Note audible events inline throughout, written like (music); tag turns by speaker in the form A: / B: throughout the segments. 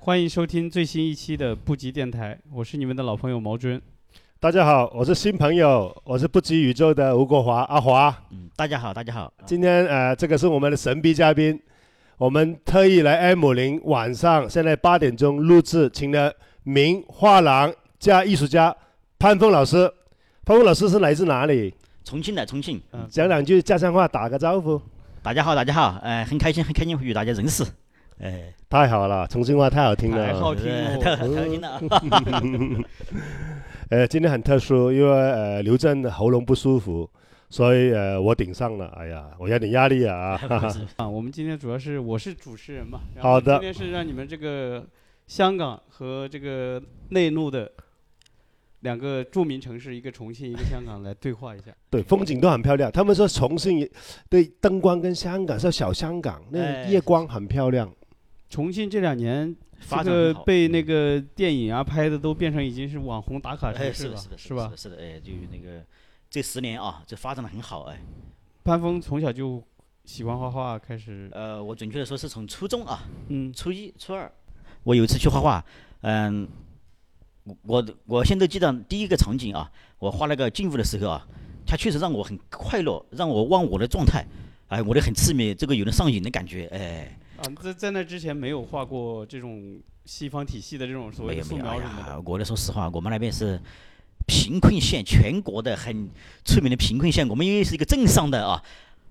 A: 欢迎收听最新一期的布吉电台，我是你们的老朋友毛尊。
B: 大家好，我是新朋友，我是不及宇宙的吴国华阿华。
C: 嗯，大家好，大家好。
B: 今天呃，这个是我们的神秘嘉宾，我们特意来 M 零晚上现在八点钟录制，请了名画廊加艺术家潘峰老师。潘峰老师是来自哪里？
C: 重庆的，重庆。
A: 嗯，
B: 讲两句家乡话，打个招呼。
C: 大家好，大家好。哎、很开心，很开心与大家认识。哎，
B: 太好了，重庆话太好听
A: 太
B: 了。
C: (laughs)
A: 好听哦
C: 呃
A: 了，
C: 太好
A: (laughs)
C: 听了。
B: 呃，今天很特殊，因为呃刘震喉咙不舒服，所以呃我顶上了。哎呀，我有点压力
C: (laughs)
B: 啊。 (laughs) 哈哈
A: 啊！我们今天主要是我是主持人嘛，然
B: 好
A: 后
B: 的
A: 今天是让你们这个香港和这个内陆的两个著名城市，一个重庆，一个香港来对话一下。
B: 对，风景都很漂亮。他们说重庆也对灯光跟香港是小香港，那
C: 哎
B: 夜光很漂亮。
A: (laughs) 重庆这两年这
C: 发展很
A: 个
C: 好
A: 被那个电影啊拍的都变成已经是网红打卡
C: 哎，
A: 城
C: 是
A: 市
C: 的，
A: 了
C: 是的，，
A: 是
C: 的
A: 吧？
C: 是的，是的哎，就那个这十年啊，这发展的很好，哎。
A: 潘峰从小就喜欢画画，开始
C: 呃，我准确的说是从初中啊，
A: 嗯
C: 初一、初二，我有一次去画画，嗯，我我我现在记得第一个场景啊，我画那个静物的时候啊，它确实让我很快乐，让我忘我的状态，哎，我的很痴迷，这个有点上瘾的感觉，哎，
A: 啊，在在那之前没有画过这种西方体系的这种所谓的
C: 没有
A: 素
C: 没有，哎
A: 描什么
C: 呀
A: 的，，
C: 我的说实话，我们那边是。贫困县，全国的很出名的贫困县，我们因为是一个镇上的啊，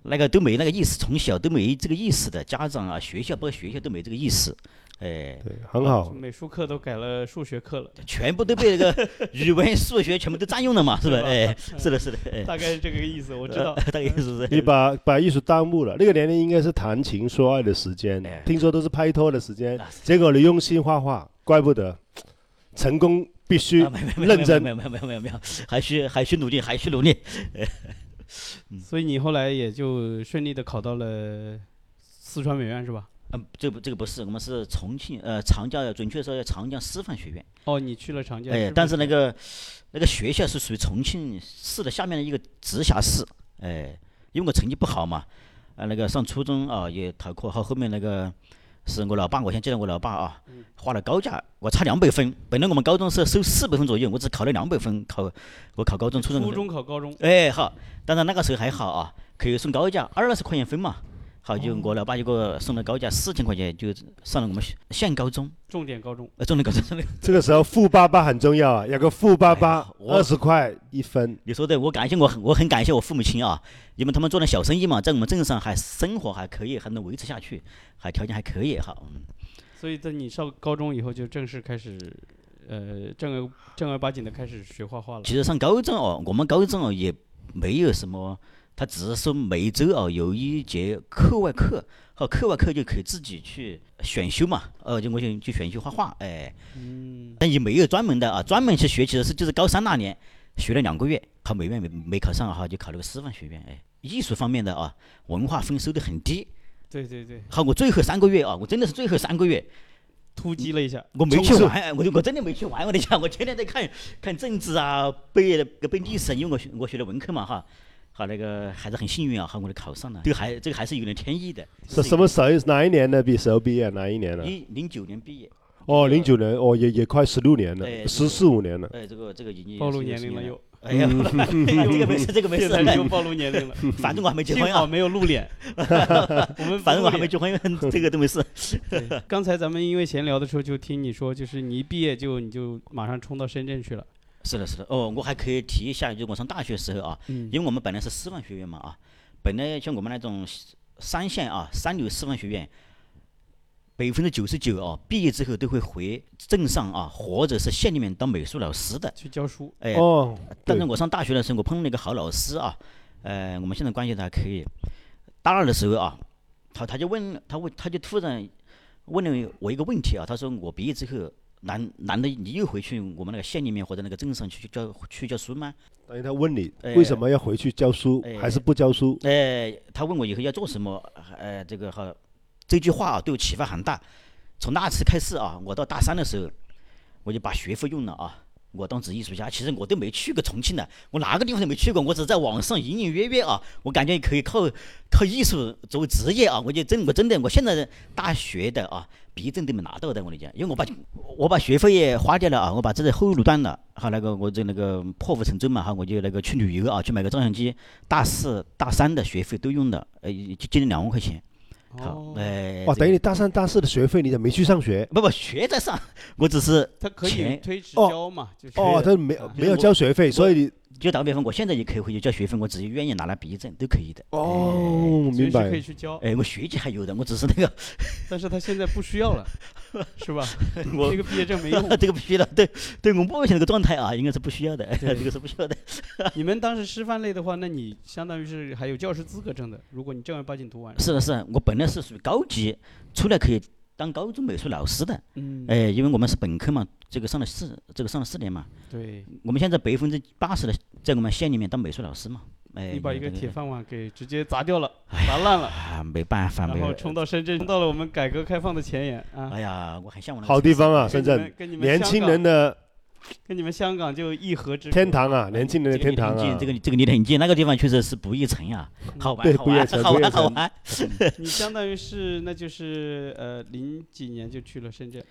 C: 那个都没那个意识，从小都没这个意识的，家长啊、学校包括学校都没这个意识，哎，
B: 对，很好。
A: 啊美术课都改了数学课了，
C: 全部都被那个语文、数学全部都占用了
A: (laughs)
C: 嘛，是吧？哎，是的，是的，哎，
A: 大概是这个意思，我
C: (laughs)
A: 知道。
C: 大概意思
B: 你
C: 是。
B: 把把艺术耽误了，那个年龄应该是谈情说爱的时间
C: 哎，
B: 听说都是拍拖的时间
A: (laughs)
C: 那，
B: 结果你用心画画，怪不得成功必须
C: 啊没有没有
B: 认真
C: 没。有没有没有没有没有，还需还需努力，还需努力。
A: 所以你后来也就顺利的考到了四川美院是吧？
C: 嗯，这不这个不是，我们是重庆呃长江，准确说叫长江师范学院。
A: 哦，你去了长江。
C: 哎
A: 不，
C: 但是那个那个学校是属于重庆市的下面的一个直辖市，哎，因为我成绩不好嘛，啊，那个上初中啊也逃课，后后面那个是我老爸，我先记得我老爸啊，花了高价，我差两百分，本来我们高中是收四百分左右，我只考了两百分，考我考高中、初中，
A: 初中考高中，
C: 哎好，当然那个时候还好啊，可以送高价二十块钱分嘛，好就我老爸就给我送了高价四千块钱，就上了我们县县高中，
A: 重点高中。
C: 呃，中了高中，中了高中
B: 这个时候富爸爸很重要啊，有个富爸
C: 哎
B: 爸
C: 呀，我
B: 二十块一分，
C: 你说的，我感谢我很我很感谢我父母亲啊，因为他们做的小生意嘛，在我们镇上还生活还可以，还能维持下去，还条件还可以哈。嗯
A: 所以在你上高中以后就正式开始，呃，正儿正儿八经的开始学画画了。
C: 其实上高中哦，我们高中哦也没有什么，他只是说每周哦有一节课外课，好课外课就可以自己去选修嘛，呃，就我就去选修画画，哎，
A: 嗯，
C: 但也没有专门的啊，专门去学，其实是就是高三那年学了两个月，考美院没没考上哈，就考了个师范学院，哎，艺术方面的啊，文化分收的很低。
A: 对对对，
C: 好，我最后三个月啊，我真的是最后三个月，
A: 突击了一下。
C: 我没去
B: 冲刺
C: 玩，哎我就我真的没去玩。我跟你讲，我天天在看看政治啊，背背历史啊，因为我学我学的文科嘛哈。好，那个还是很幸运啊，好，我就考上了。这个还这个还是有点天意的。
B: 是什么时候？哪一年的毕时候毕业？啊哪一年呢？
C: 一零九年毕业，
B: 哦，零九年，哦，也也快十六年
C: 对
B: 了，
C: 对
B: 十四五年了。
C: 哎，这个这个已经
A: 暴露
C: 是
A: 年
C: 是
A: 龄了
C: 年
A: 又，
C: 哎呀， (laughs) 这个没事，这个没
A: 现
C: 事，哎
A: 在你又暴露年
C: (laughs)
A: 龄了。
C: 反正我还没结
A: 幸
C: 婚
A: 好
C: 啊，
A: 没有露
C: (laughs)
A: 脸， (laughs) 我们不
C: 反正
A: 露
C: 我还没
A: 脸
C: 结婚， (laughs) 这个都没事。
A: 对刚才咱们因为闲聊的时候就听你说，就是你一毕业就你就马上冲到深圳去了。
C: 是的，是的。哦，我还可以提一下，就我上大学的时候啊，
A: 嗯
C: 因为我们本来是师范学院嘛啊，本来像我们那种三线啊、三流师范学院，百分之九十九啊，毕业之后都会回镇上啊，或者是县里面当美术老师的。
A: 去教书，
C: 哎，
B: 哦，
C: 但
B: 对
C: 是我上大学的时候，我碰了一个好老师啊，呃，我们现在关系都还可以。大二的时候啊，他他就问他问他就突然问了我一个问题啊，他说我毕业之后。难难道你又回去我们那个县里面或者那个镇上去去教去教书吗？
B: 等于他问你
C: 哎
B: 为什么要回去教书，
C: 哎
B: 还是不教书？
C: 哎，他问我以后要做什么，呃，这个哈，这句话啊对我启发很大。从那次开始啊，我到大三的时候，我就把学费用了啊，我当职业艺术家，其实我都没去过重庆呢，我哪个地方都没去过，我只是在网上隐隐约约啊，我感觉可以靠靠艺术作为职业啊，我就真我真的我现在大学的啊毕业证都没拿到的，我跟你讲，因为我把我把学费也花掉了啊，我把这个后路断了，好那个我就那个破釜沉舟嘛哈，我就那个去旅游啊，去买个照相机，大四大三的学费都用了，呃，就接近两万块钱，好，
A: 哦，
C: 哎，
B: 哇，
C: 这
B: 等于
C: 个
B: 你大三大四的学费你也没去上学
C: 不不学在上，我只是
A: 他可以
C: 钱
A: 推迟
B: 哦
A: 交嘛，就是
B: 哦，他没
A: 啊
B: 没有交学费，所以你
C: 就打个比方，我现在也可以回去交学费，我只要愿意拿来毕业证都可以的。
B: 哦，
A: 随时
B: 明白
A: 可以去交，
C: 哎，我学籍还有的，我只是那个
A: 但是他现在不需要
B: (laughs)
A: 了，是吧？
C: 我
A: 这个毕业证没用。
C: (laughs) 这个必须的，对对，我目前那个状态啊，应该是不需要的，
A: 对
C: (laughs) 这个是不需要的。
A: 你们当时师范类的话，那你相当于是还有教师资格证的，如果你正儿八经读完，
C: 是的，是的，我本来是属于高级，出来可以当高中美术老师的，
A: 嗯，
C: 哎，因为我们是本科嘛，这个上了四，这个上了四年嘛，
A: 对，
C: 我们现在百分之八十的在我们县里面当美术老师嘛，哎，
A: 你把
C: 有
A: 一个
C: 这
A: 铁饭碗给直接砸掉了，
B: 哎
A: 砸烂了，
C: 啊，没办法，没
A: 然后
C: 有，
A: 冲到深圳，冲到了我们改革开放的前沿啊。
C: 哎呀，我很向往那个
B: 好地方啊，
A: 跟你
B: 深圳
A: 们，跟你们
B: 年
A: 香
B: 轻
A: 港
B: 人的
A: 跟你们香港就一河之
B: 天
A: 隔，
B: 堂啊，年轻人的天堂啊
C: 这，个这个离得很近，那个地方确实是不夜城啊，
A: 嗯
C: 好玩，
B: 对
C: 好
B: 不夜
C: 玩，
B: 城
C: 好
B: 不夜
C: 玩，好
B: 城
C: 玩。
A: (laughs) 你相当于是那就是呃零几年就去了深圳，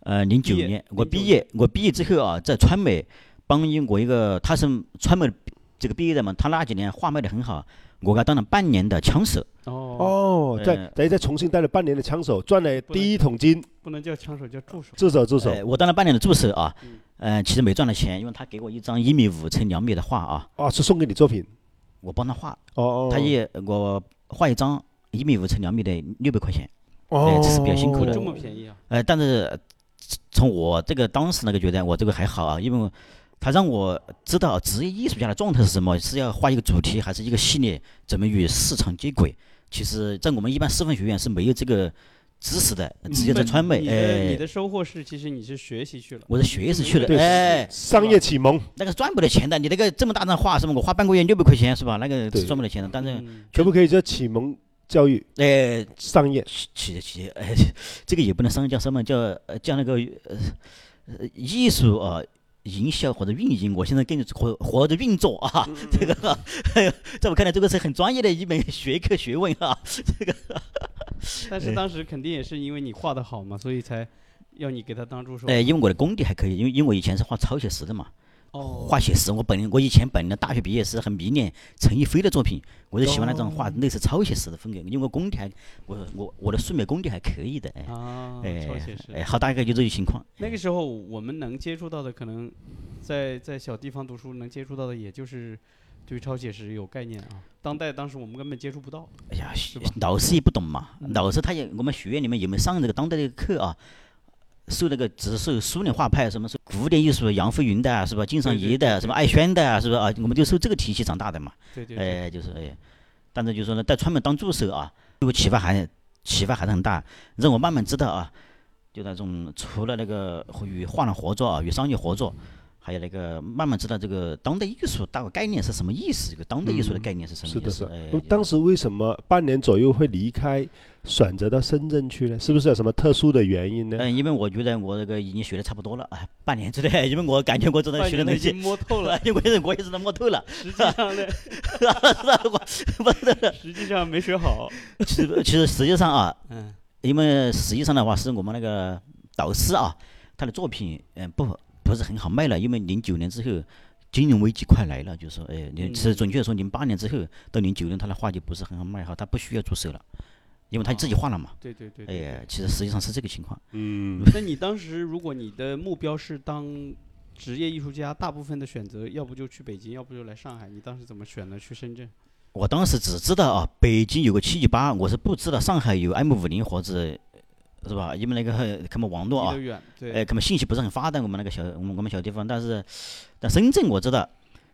C: 呃，零九
A: 毕业
C: 年我
A: 09
C: 毕业，我毕业之后啊，在川美帮一我一个，他是川美这个毕业的嘛，他那几年画卖的很好，我给他当了半年的枪手，
A: 哦，
B: 哦，在
C: 呃
B: 等于在重庆待了半年的枪手，赚了
A: 不能
B: 第一桶金，
A: 不能叫枪手，叫助手。
B: 助手助手，
C: 呃我当了半年的助手啊
A: 嗯，
C: 呃，其实没赚到钱，因为他给我一张一米五乘两米的画啊，
B: 哦，是送给你作品，
C: 我帮他画，
B: 哦哦，
C: 他也我画一张一米五乘两米的六百块钱，
B: 哦，
C: 对哎这是比较辛苦的
A: 这么便宜啊？
C: 呃，但是从我这个当时那个觉得我这个还好啊，因为我他让我知道职业艺术家的状态是什么，是要画一个主题还是一个系列，怎么与市场接轨。其实，在我们一般师范学院是没有这个知识的，直接在川美，
A: 你的你
C: 哎，
A: 的收获是，其实你是学习去了，
C: 我是学士去
A: 对
C: 了，
B: 对
C: 哎，
B: 商业启蒙，
C: 那个是赚不了钱的。你那个这么大张画是吧？我花半个月六百块钱是吧？那个
B: 对
C: 是赚不了钱的。但是，
A: 嗯
B: 可不可以叫启蒙教育
C: 哎，
B: 商业？
C: 企企企，哎， (laughs) 这个也不能商业叫什么叫呃叫那个呃呃艺术啊。营销或者运营，我现在更活活着运作啊， (laughs) 这个，哎在我看来，这个是很专业的一门学科学问啊。
A: 但是当时肯定也是因为你画的好嘛，所以才要你给他当助手。
C: 呃，因为我的功底还可以，因为因为我以前是画超写实的嘛，
A: 哦，
C: 画写实。我本人我以前本来大学毕业时很迷恋陈逸飞的作品，我就喜欢那种画类似超写实的风格，因为我功底还我我我的素描功底还可以的，哎
A: 啊，超
C: 哎
A: 写实。
C: 哎，好，大概就这些情况。
A: 那个时候我们能接触到的，可能在在小地方读书能接触到的，也就是对超写实有概念啊。当代当时我们根本接触不到。
C: 哎呀，学
A: 吧
C: 老师也不懂嘛，
A: 嗯
C: 老师他也我们学院里面有没有上这个当代的课啊？受那个只受苏联画派什么受古典艺术杨飞云的啊，是吧？金尚
A: 对对
C: 仪
A: 对
C: 的，什么艾轩的啊，是吧？啊，我们就受这个体系长大的嘛。
A: 对对对，
C: 哎，就是哎，但是就是说呢，在川美当助手啊，对我启发还启发还是很大，让我慢慢知道啊，就那种除了那个与画廊合作啊，与商业合作，还有那个慢慢知道这个当代艺术大概概念是什么意思，这个当代艺术的
B: 嗯
C: 概念是什么
B: 是
C: 意
B: 的，
C: 思
B: 是。的。
C: 哎
B: 那么当时为什么半年左右会离开，选择到深圳去呢？是不是有什么特殊的原因呢？
C: 嗯，因为我觉得我这个已经学的差不多了啊，半年之内，因为我感觉我真的
A: 半
C: 学的
A: 年都
C: 东
A: 已经
C: 西，
A: 摸透了，
C: 因为我也是摸透了，
A: 实际上
C: (laughs)
A: 呢，
C: 是吧？我
A: 实际上没学好。
C: 其实其实实际上啊，
A: 嗯，
C: 因为实际上的话是我们那个导师啊，他的作品嗯不不是很好卖了，因为零九年之后金融危机快来了，就是说哎，你
A: 嗯
C: 是准确的说零八年之后到零九年他的画就不是很好卖哈，他不需要助手了，因为他自己画了嘛。
A: 对对对对。
C: 哎，其实实际上是这个情况。
B: 嗯，
A: 那你当时如果你的目标是当职业艺术家，大部分的选择要不就去北京，要不就来上海。你当时怎么选的？去深圳？
C: 我当时只知道啊，北京有个七一八，我是不知道上海有 M 五零或者是吧？因为那个他们网络
A: 离
C: 啊
A: 得，远，对，
C: 哎，他们信息不是很发达，我们那个小我们我们小地方，但是但深圳我知道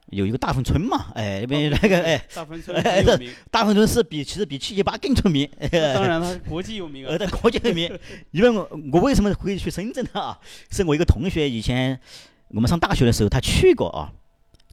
C: 有一个大芬村嘛，哎，那
A: 哦
C: 边那个哎，
A: 大芬村很有名，
C: (laughs) 大芬村是比其实比七一八更出名，
A: 那当然它是国际有名
C: (laughs) 呃，
A: 啊。
C: 在国际
A: (laughs)
C: 里面，因为我我为什么会去深圳呢？啊，是我一个同学以前我们上大学的时候他去过啊，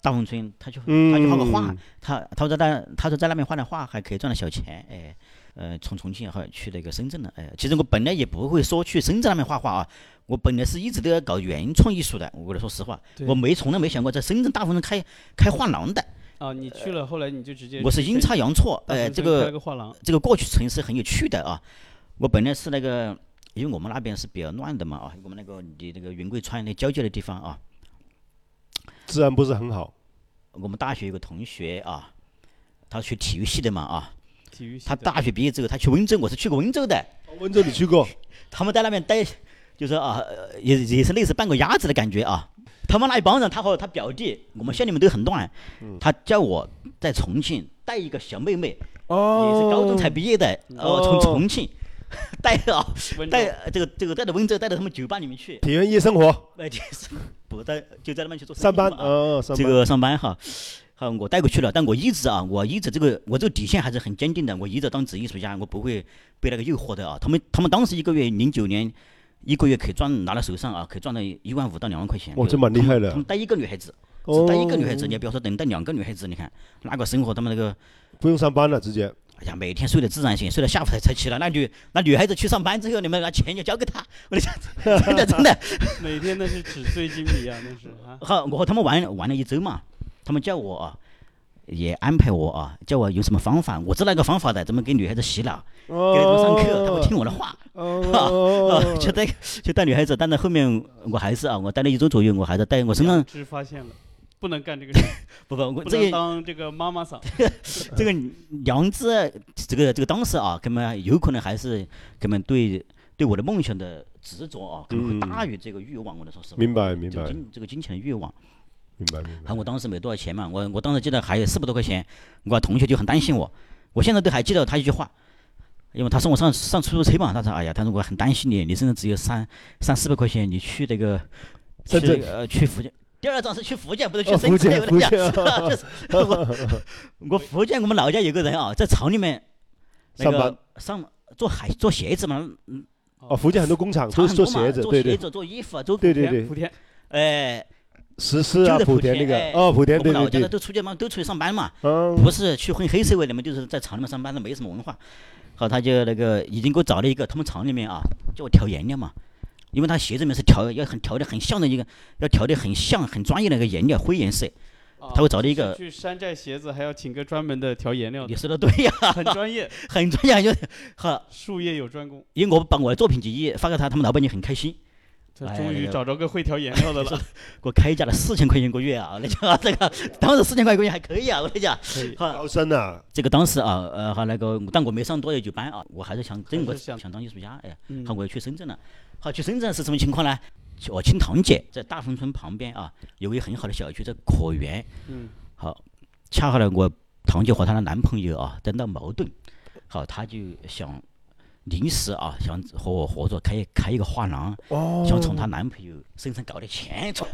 C: 大芬村，他就他就画过画
B: 嗯，
C: 他他说在那他说在那边画的画还可以赚了小钱，哎，呃，从重庆哈去那个深圳了。哎，其实我本来也不会说去深圳那边画画啊，我本来是一直都要搞原创艺术的。我跟你说实话，
A: 对
C: 我没从来没想过在深圳大风中开开画廊的，
A: 啊，你去了，后来你就直接
C: 呃我是
A: 去
C: 阴
A: 深
C: 差阳错，
A: 大
C: 哎，
A: 城
C: 这
A: 村开了
C: 个
A: 个画廊，
C: 这个过去城市很有趣的啊。我本来是那个，因为我们那边是比较乱的嘛啊，我们那个离那个云贵川那交界的地方啊，
B: 治安不是很好。
C: 我们大学有个同学啊，他学体育系的嘛啊，
A: 体育系
C: 他
A: 的
C: 大学毕业之后他去温州，我是去过温州的，
B: 温州你去过？
C: 他们在那边待，就是啊，呃也也是类似半个鸭子的感觉啊。他们那一帮人，他和他表弟，我们乡里面都很乱。他叫我在重庆带一个小妹妹，也哦是高中才毕业的，哦，从
B: 哦
C: 重庆 (laughs) 带啊
A: 温州
C: 带呃这个这个带到温州，带到他们酒吧里面去， (laughs)
B: 体验夜生活，
C: 呃，就是不在就在那边去做生意
B: 上
C: (laughs)
B: 班，
C: 嘛啊
B: 嗯，上
C: 这
B: 班。
C: 个上班哈，好，我带过去了，但我一直啊，我一直这个我这个底线还是很坚定的，我一直当职业艺术家，我不会被那个诱惑的啊。他们他们当时一个月零九年，一个月可以赚拿到手上啊，可以赚到一万五到两万块钱。
B: 哇
C: 就
B: 哦这蛮厉
C: 他们
B: 害的
C: 他们带一个女孩子，
B: 哦
C: 只带一个女孩子，你也不要说等待两个女孩子，你看那个生活，他们那个。
B: 不用上班了，直接。
C: 哎呀，每天睡得自然醒，睡到下午才才起来。那女那女孩子去上班之后，你们拿钱就交给她。我就想， (laughs) 真的真的，
A: 每天那是纸醉金迷啊，那是啊，
C: 好，我和他们玩玩了一周嘛，他们叫我啊，也安排我啊，叫我有什么方法，我知道一个方法的，怎么给女孩子洗脑，
B: 哦
C: 给她们上课，她们听我的话，啊，就带就带女孩子，但是后面我还是啊，我待了一周左右，我还是带我身上
A: 良知发现了，不能干这个事，
C: 不不，我
A: 不
C: (laughs) 这
A: 能
C: 个
A: 当这个妈妈桑，
C: 这个良知，这个这个当时啊，根本有可能还是根本对对我的梦想的执着啊，可能会大于这个欲望，我能说实话，
B: 嗯明白，明
C: 这
B: 白
C: 个，金这个金钱的欲望。
B: 明白，明
C: (laughs)
B: 白
C: 然。后我当时没多少钱嘛，我我当时记得还有四百多块钱，我同学就很担心我，我现在都还记得他一句话，因为他送我上上出租车嘛，他说哎呀，他说我很担心你，你身上只有三三四百块钱，你去那个去
B: 深圳
C: 那个呃去福建。第二张是去福建，不是去
B: 哦
C: 深圳。
B: 福建
C: 我跟你讲，
B: 福建
C: (laughs) 就是我我福建我们老家有个人啊，在厂里面那
B: 上
C: 个
B: 班
C: 上做海做鞋子嘛，嗯
B: (laughs) 哦，福建很多工厂都是
C: 厂很
B: 做
C: 多嘛
B: 鞋子，
C: 做
B: 对
C: 鞋
B: 对
C: 子做衣服啊，做
B: 对对
A: 莆田
B: 对
A: 莆，田
C: 哎，
B: 石狮啊，
C: 就在
B: 莆
C: 莆
B: 田那
C: 田
B: 个
C: 哎
B: 哦，莆田
C: 我
B: 对
C: 们老
B: 对
C: 家的
B: 对，
C: 都出去嘛，都出去上班嘛。
B: 嗯，
C: 不是去混黑社会，你们就是在厂里面上班的，没什么文化。好，他就那个已经给我找了一个，他们厂里面啊，叫我调颜料嘛，因为他鞋子里面是调要很调的很像的一个，要调的很像很专业的一个颜料，灰颜色。
A: 啊
C: 他会找到一个
A: 去山寨鞋子，还要请个专门的调颜料
C: 你
A: 的，
C: 说的对呀、
A: 很
C: (laughs)
A: 专业，
C: 很专业。就好，
A: 术业有专攻。
C: 因为我把我的作品集一发给他，他们老板就很开心，
A: 他
C: 哎
A: 终于
C: 这个
A: 找着个会调颜料
C: (laughs)
A: 的了，
C: 给我开价了四千块钱一个月啊！我跟你讲，这个当时四千块一个月还可以啊，我跟你讲。
A: 可以。
C: 好，
B: 高深啊，
C: 这个当时啊，呃，和那个，但我没上多久班啊，我还是想真
A: 还
C: 我
A: 是想
C: 想当艺术家，哎。
A: 嗯
C: 好，我又去深圳了。好，去深圳是什么情况呢？去哦我亲堂姐在大丰村旁边啊，有个很好的小区叫可园。
A: 嗯，
C: 好，恰好呢，我堂姐和她的男朋友啊在闹矛盾，好，她就想临时啊想和我合作开开一个画廊，
B: 哦
C: 想从她男朋友身上搞点钱。从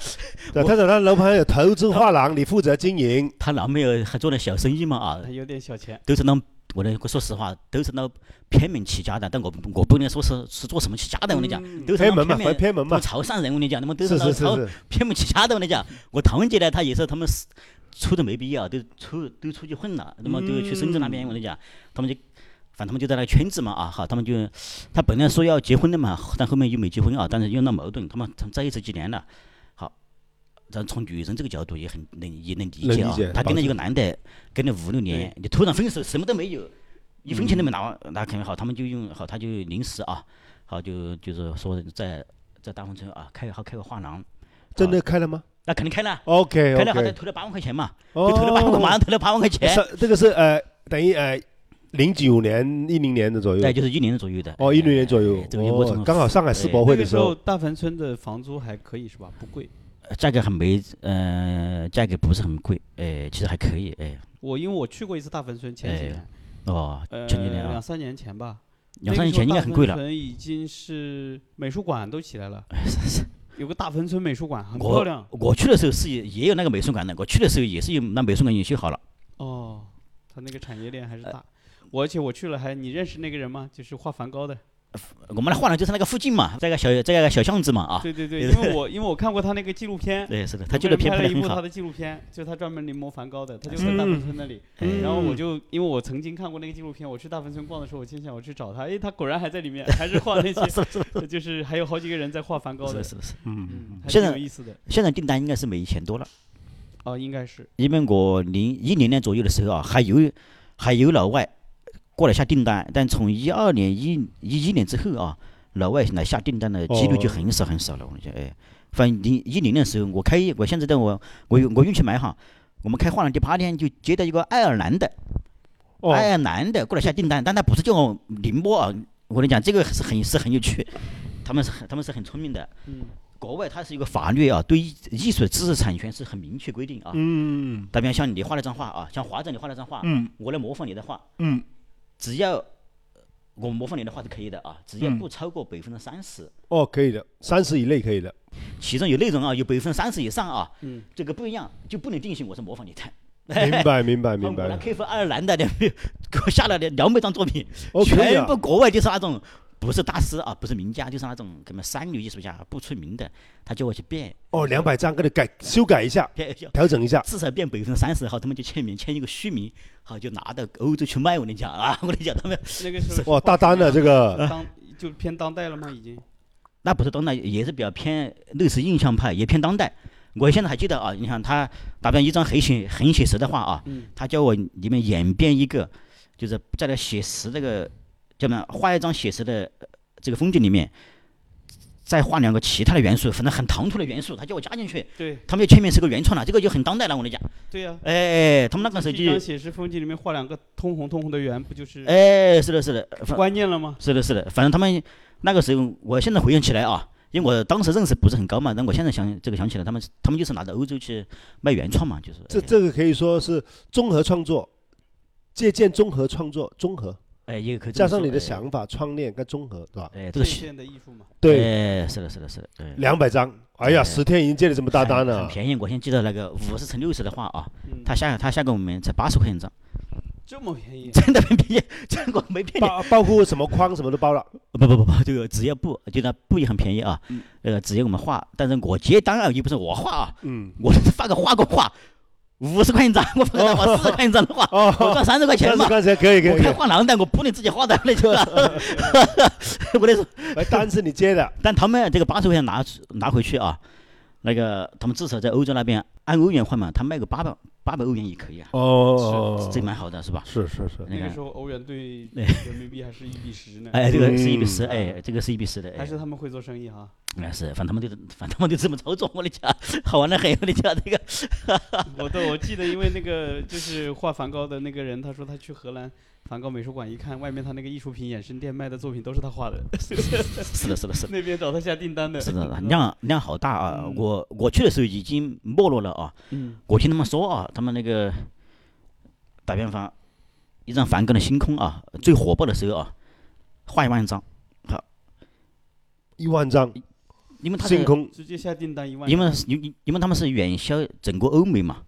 B: 对，他讲他楼盘有投资画廊，你负责经营，
C: 她男朋友还做点小生意嘛啊，
A: 还有点小
B: (laughs)
A: 钱，
C: 都是那我的说实话都是那偏门起家的，但我不我不能说是是做什么起家的，我跟你讲，
A: 嗯
C: 都是
B: 偏
C: 那
B: 门嘛，
C: 偏
B: 回
C: 门。
B: 偏门
C: 他
B: 嘛，
C: 们潮汕人，我跟你讲，他们都
B: 是
C: 那
B: 是
C: 潮
B: 是
C: 偏不起家的，我跟你讲，我堂姐呢，她也是他们是初中没毕业啊，都出都出去混了，那么都去深圳那边，我跟你讲，他们就。反正他们就在那个圈子嘛啊哈，他们就，他本来说要结婚的嘛，但后面又没结婚啊，但是又闹矛盾，他们他们在一起几年了，好，咱从女人这个角度也很能也能理解
B: 能理
C: 啊
B: 解，
C: 她跟
B: 帮
C: 了
B: 助
C: 一个男的跟了五六年，你突然分手，什么都没有，一分钱都没拿，
B: 嗯
C: 那肯定好，他们就用好，他就临时啊，好就就是说在在大丰村啊开好开个画廊，
B: 真的开了吗
C: 那肯定开了，
B: ？OK
C: 开了好
B: OK，
C: 像投了八万块钱嘛，
B: 哦
C: 就投了八万块，马上投了八万块钱，
B: 是这个是呃，等于呃，零九年一零年的左右
C: 对，，就是一年左右的。
B: 哦，一零年左右
C: 哎，这个一波
B: 哦，
C: 从
B: 刚好上海世博
A: 那
B: 会
A: 个
B: 的时
A: 时
B: 候
A: 候，大坟村的房租还可以是吧？不贵。
C: 价格很没，呃，价格不是很贵，哎，其实还可以，哎，
A: 我因为我去过一次大坟村，前几年，
C: 哦， (laughs)
A: 呃，
C: 哎前几年
A: 两
C: 啊，
A: 三年前吧，
C: 两三年前应该很贵
A: 那个时候大
C: 了。
A: 坟村已经是美术馆都起来了，有个大坟村美术馆，很漂亮
C: 我。我去的时候是也有那个美术馆的，我去的时候也是有那美术馆也修好了，
A: 哦，
C: 呃
A: 他那个产业链还是大。我而且我去了还，你认识那个人吗？就是画梵高的，
C: 我们的画廊就在那个附近嘛，在个小在个小巷子嘛啊。
A: (laughs) 对对对，因为我因为我看过他那个纪录片，
C: 对，是的，他
A: 纪
C: 纪录
A: 录
C: 片
A: 拍
C: 拍
A: 了
C: 得
A: 一
C: 很
A: 部他
C: 好。
A: 的纪录片，就他专门临摹梵高的，他就
B: 嗯
A: 在大芬村那里。
C: (laughs) 哎
A: 然后我
B: 嗯
A: 就因为我曾经看过那个纪录片，我去大芬村逛的时候，我心想我去找他，哎，他果然还在里面，还是画那
C: 是
A: 些， (laughs)
C: 的，是的， (laughs)
A: 就是还有好几个人在画梵高
C: 是
A: 的
C: 的，，是的，是的。
A: 嗯，还
C: 现
A: 挺有
C: 在
A: 意思的。
C: 现在订单应该是没以前多了，
A: 哦，应该是
C: 因为我零一零年左右的时候啊，还有还有老外过来下订单，但从一二年一一一年之后啊，老外来下订单的几率就
B: 哦
C: 很少很少了。我跟你讲，哎，反正零一零年的时候，我开业我现在在我我有我运气蛮好，我们开画廊第八天就接到一个爱尔兰的
B: 哦，
C: 爱尔兰的过来下订单，但他不是叫宁波啊，我跟你讲，这个是很是很有趣，他们是很他们是很聪明的。
A: 嗯，
C: 国外它是一个法律啊，对艺艺术知识产权是很明确规定啊。
D: 嗯
C: 打比方，像你画那张画啊，像华仔你画那张画，
D: 嗯
C: 我来模仿你的画，
D: 嗯
C: 只要我模仿你的画是可以的啊，只要
D: 嗯
C: 不超过百分之三十，
B: 哦，可以的，三十以内可以
C: (laughs)
B: 的。
C: 其中有内容啊，有百分之三十以上啊，
A: 嗯
C: 这个不一样就不能定性我是模仿你的。
B: (laughs) 明白，明白，明
C: (laughs) 我来
B: 白。
C: 克服爱尔兰的两，给我下了两两百张作品，
B: 哦，可以
C: 全
B: 啊
C: 部。国外就是那种不是大师啊，不是名家，就是那种什么三流艺术家不出名的，他叫我去变，
B: 哦，两百张，给你改修改一下，
C: 变
B: 调整一
A: 啊
B: 下。
C: 至少变百分之三十，好，他们就签名签一个虚名，好就拿到欧洲去卖。我跟你讲啊， (laughs) 我跟你讲，他们
A: 那个时候
B: 哇，大单了这个。
A: 当就偏当代了吗？已经
C: 那不是当代，也是比较偏类似印象派，也偏当代。我现在还记得啊，你看他打比方一张很写很写实的画啊，
A: 嗯
C: 他叫我里面演变一个，就是在那写实这个叫什么画一张写实的呃这个风景里面，再画两个其他的元素，反正很唐突的元素，他叫我加进去。
A: 对
C: 他们就前面是个原创了，这个就很当代了，我跟你讲。
A: 对
C: (laughs)
A: 呀、
C: 哎哎，哎他们那个时候
A: 一张
C: 就，
A: 写实风景里面画两个通红通红的圆，不就是
C: 哎，是的，是的，反
A: 观念了吗？
C: 是的，是的，反正他们那个时候，我现在回想起来啊，因为我当时认识不是很高嘛，但我现在想这个想起来，他们他们就是呃拿到欧洲去卖原创嘛，就是
B: 这这个可以说是综合创作，借鉴综合创作，综合
C: 哎，也可以这
B: 加
C: 么
B: 上
C: 说
B: 你的
C: 哎
B: 想法、创练跟综合，对吧？
C: 哎，这
A: 界
C: 个是
A: 限的艺术嘛。
B: 对，
C: 哎，是的，是的，是的，哎
B: 两百张，哎呀，
C: 对
B: 十天已经借了这么大单
C: 很
B: 了，啊
C: 便宜。我现在记得那个五十乘六十的画啊，
A: 嗯，
C: 他下他下给我们才八十块钱一张， (laughs)
A: 这么便宜，
C: 真的没骗你，这个我没骗你。
B: 包包括什么框什么都包了。
C: 不不不不，这个纸业布就那布也很便宜啊，呃，纸业我们画，但是我接单啊，又不是我画啊，
B: 嗯，
C: 我发个画个画，五十块钱一张，我发个画四十块钱一张的画，
B: 哦，
C: (laughs) (laughs) 我赚三十块钱
B: 三
C: 嘛
B: 十。块钱可以可
C: 我
B: 以，可
C: 开
B: 以
C: 画廊的，我不能自己画的，那就是 (laughs) 我那时候，
B: 哎单是你借
C: (laughs)
B: 的，
C: 但他们这个八十块钱拿出拿回去啊，那个他们至少在欧洲那边按欧元换嘛，他卖个八百八百欧元也可以啊，
B: 哦
C: 这蛮好的是吧？
B: 是是是，
A: 那
C: 你
A: 个
C: 看
A: 时，候欧元对
C: 哎
A: 人民币还是一比十呢，
C: (laughs) 哎，这个是一比
B: 嗯
C: 十，哎，这个是一比十的，
A: 还
C: 哎
A: 是，他们会做生意哈。
C: 哎是，反正他们就反正他们就这么操作，我的讲，好玩的很，我的讲这个，
A: (laughs) 我都我记得，因为那个就是画梵高的那个人，他说他去荷兰梵高美术馆一看，外面他那个艺术品衍生店卖的作品都是他画的，
C: 是的，是的，是
A: (laughs)
C: 的。
A: 那边找他下订单的。
C: (laughs)
A: (laughs)
C: 是的，量量好大啊！
A: 嗯
C: 我我去的时候已经没落了啊，
A: 嗯
C: 我听他们说啊，他们那个打比方，一张梵高的《星空》啊，最火爆的时候啊，画一万张，
B: 一万张，
C: 因为他
B: 星
C: 是
B: 空，
A: 直接下订单一万，
C: 因为是因因为他们是远销整个欧美嘛，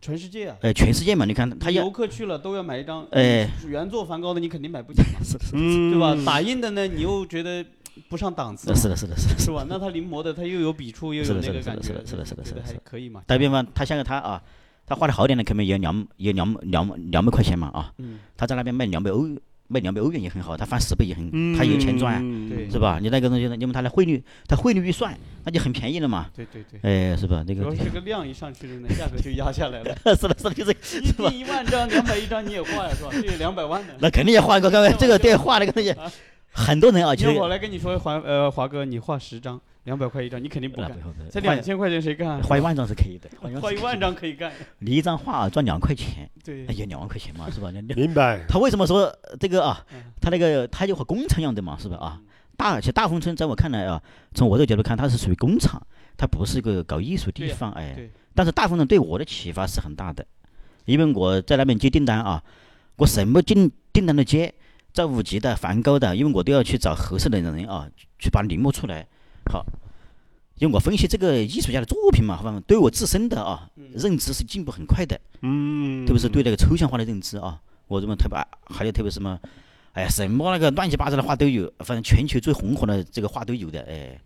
A: 全世界啊，
C: 呃，全世界嘛，你看他
A: 游
C: 要
A: 客去了都要买一张，
C: 哎，
A: 原作梵高的你肯定买不起
C: (laughs)
A: 嘛，
B: 嗯，
A: 对吧？打印的呢，你又觉得不上档
C: 是
A: 次
C: 的，， (laughs) 是的，是的，是的。
A: 是吧？那他临摹的，他又有笔触，又
C: 是
A: 有
C: 的
A: 那
C: 是的
A: 个
C: 是的
A: 感觉，
C: 是的是的是的
A: 觉
C: 是
A: 得
C: 的
A: 还
C: 是的
A: 可以嘛。
C: 打比方，他像个他啊，他画的好点的，可能也两也两两两百块钱嘛啊，
A: 嗯，
C: 他在那边卖两百欧卖两百欧元也很好，他翻十倍也很，
B: 嗯
C: 他有钱赚啊，
A: 对
C: 是吧？你那个东西呢，因为他的汇率，他汇率预算那就很便宜了嘛，
A: 对对对，
C: 哎，是吧？那
A: 主
C: 个 (laughs)
A: 要是这个量一上去了呢，价格就压下来了。
C: 是的，是的，就是
A: 一订一万张，两百一张你也画呀，是吧？这有两百万呢。
C: 那肯定要画一个，各
A: (laughs)
C: 位，这个对画那个东西
A: 啊，
C: 很多人啊，其
A: 要
C: 实
A: 我来跟你说，华呃华哥，你画十张，两百块一张，你肯定不
C: 那
A: 干。
C: 不用
A: 才
C: 画
A: 两千块钱谁干啊？
C: 画一万张是可以的，画一
A: (laughs) 画
C: 万
A: 一万张嗯可以
C: (laughs)
A: 干。
C: 你一张画啊赚两块钱，
A: 对
C: 哎，呀，两万块钱嘛，是吧？那 (laughs) 那
B: 明白，
C: 他为什么说呃这个啊
A: 嗯？
C: 他那个他就和工厂一样的嘛，是吧？啊，大其实大丰村在我看来啊，从我这个角度看，它是属于工厂，它不是一个搞艺术地
A: 对呀
C: 方，哎
A: 对。
C: 但是大丰村对我的启发是很大的，因为我在那边接订单啊，我什么订订单都接，赵无极的、梵高的，因为我都要去找合适的人啊，去把它临摹出来。好，因为我分析这个艺术家的作品嘛，反正对我自身的啊认知是进步很快的。
B: 嗯，
C: 啊特别是对那个抽象化的认知啊，我认为特别还有特别什么哎呀，什么那个乱七八糟的画都有，反正全球最红火的这个画都有的，哎，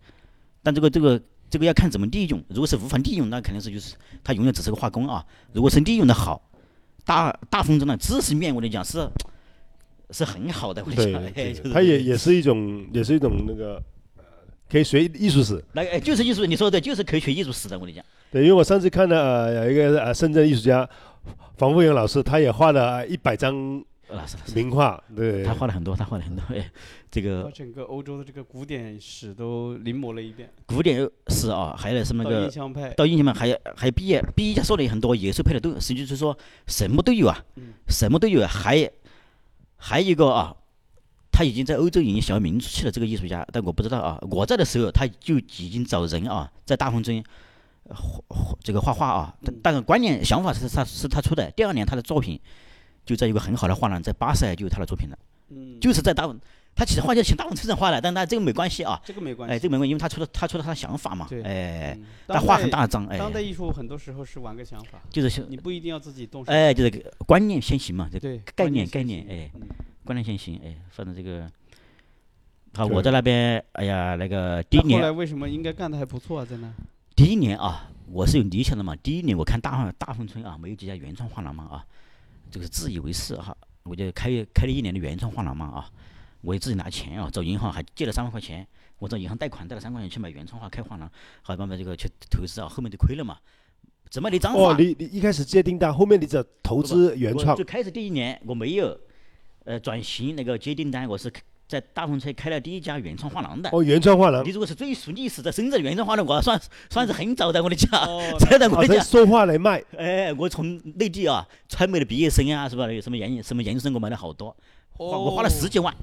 C: 但这个这个这个要看怎么利用，如果是无法利用，那肯定是就是它永远只是个画工啊。如果是利用的好，大大风中的知识面，我跟你讲是是很好的，我跟你讲，哎，
B: 对
C: 就是
B: 对，它也也是一种，也是一种那个，呃可以学艺术史。
C: 那个哎，就是艺术，你说的对，就是可以学艺术史的，我跟你讲。
B: 对，因为我上次看了呃有一个呃深圳艺术家黄富阳老师，他也画了呃一百张
C: 那啊是那是，
B: 名画，对，
C: 他画了很多，他画了很多，哎，这
A: 嗯把
C: 个
A: 整个欧洲的这个古典史都临摹了一遍，
C: 古典史啊，还有什么那
A: 到
C: 个
A: 印象派，
C: 到印象派还还毕业毕加索的也很多，野兽派的都有，实际就是说什么都有啊，
A: 嗯
C: 什么都有啊，还还有一个啊，他已经在欧洲已经小有名气了，这个艺术家，但我不知道啊，我在的时候他就已经找人啊，在大风中。呃画画这个画画啊，但
A: 嗯
C: 但是观念想法是他是他出的。第二年他的作品就在一个很好的画廊，在巴塞就有他的作品了，
A: 嗯，
C: 就是在大文，他其实画就请大文车上画了，但那这个没关系啊，
A: 这个没关系。
C: 哎，这个没关系，因为他出了他出了他的想法嘛
A: 对，
C: 哎，
A: 嗯
C: 他画很。大张，
A: 当
C: 哎
A: 代，当代艺术很多时候是玩个想法，
C: 就是想
A: 你不一定要自己动手。
C: 哎，就是个观念先行嘛，这
A: 对，
C: 概
A: 关键
C: 念
A: 是
C: 概
A: 自
C: 念
A: 己
C: 哎，
A: 嗯
C: 观念先行哎，反正这个。好，
B: 对
C: 我在那边，哎呀，那个第一
A: 那后来
C: 年，
A: 为什么应该干的还不错啊？在
C: (laughs)
A: 那，
C: 第一年啊，我是有理想的嘛。第一年我看大大丰村啊，没有几家原创画廊嘛啊，这个自以为是哈、我就开开了一年的原创画廊嘛啊，我也自己拿钱啊，找银行还借了三万块钱，我找银行贷款贷了三万块钱去买原创画开画廊，好慢慢这个去投资啊，后面就亏了嘛，只卖了一张画
B: 哦，，你你一开始接订单，后面你只要投资原
C: 我
B: 创
C: 最，开始第一年我没有，呃，转型那个接订单，我是在大风车开了第一家原创画廊的。
B: 哦，原创画廊
C: 你，如果是追溯历史，在深圳原创画廊，我算算是很早的，我跟你讲， (laughs)
A: 哦
C: 真的我
B: 啊，
C: 跟你
B: 这
C: 讲，
B: 收画来卖，
C: 哎，我从内地啊，川美的毕业生啊，是吧？有什么研什么研究生，我买了好多，花我花了十几万，
B: 哦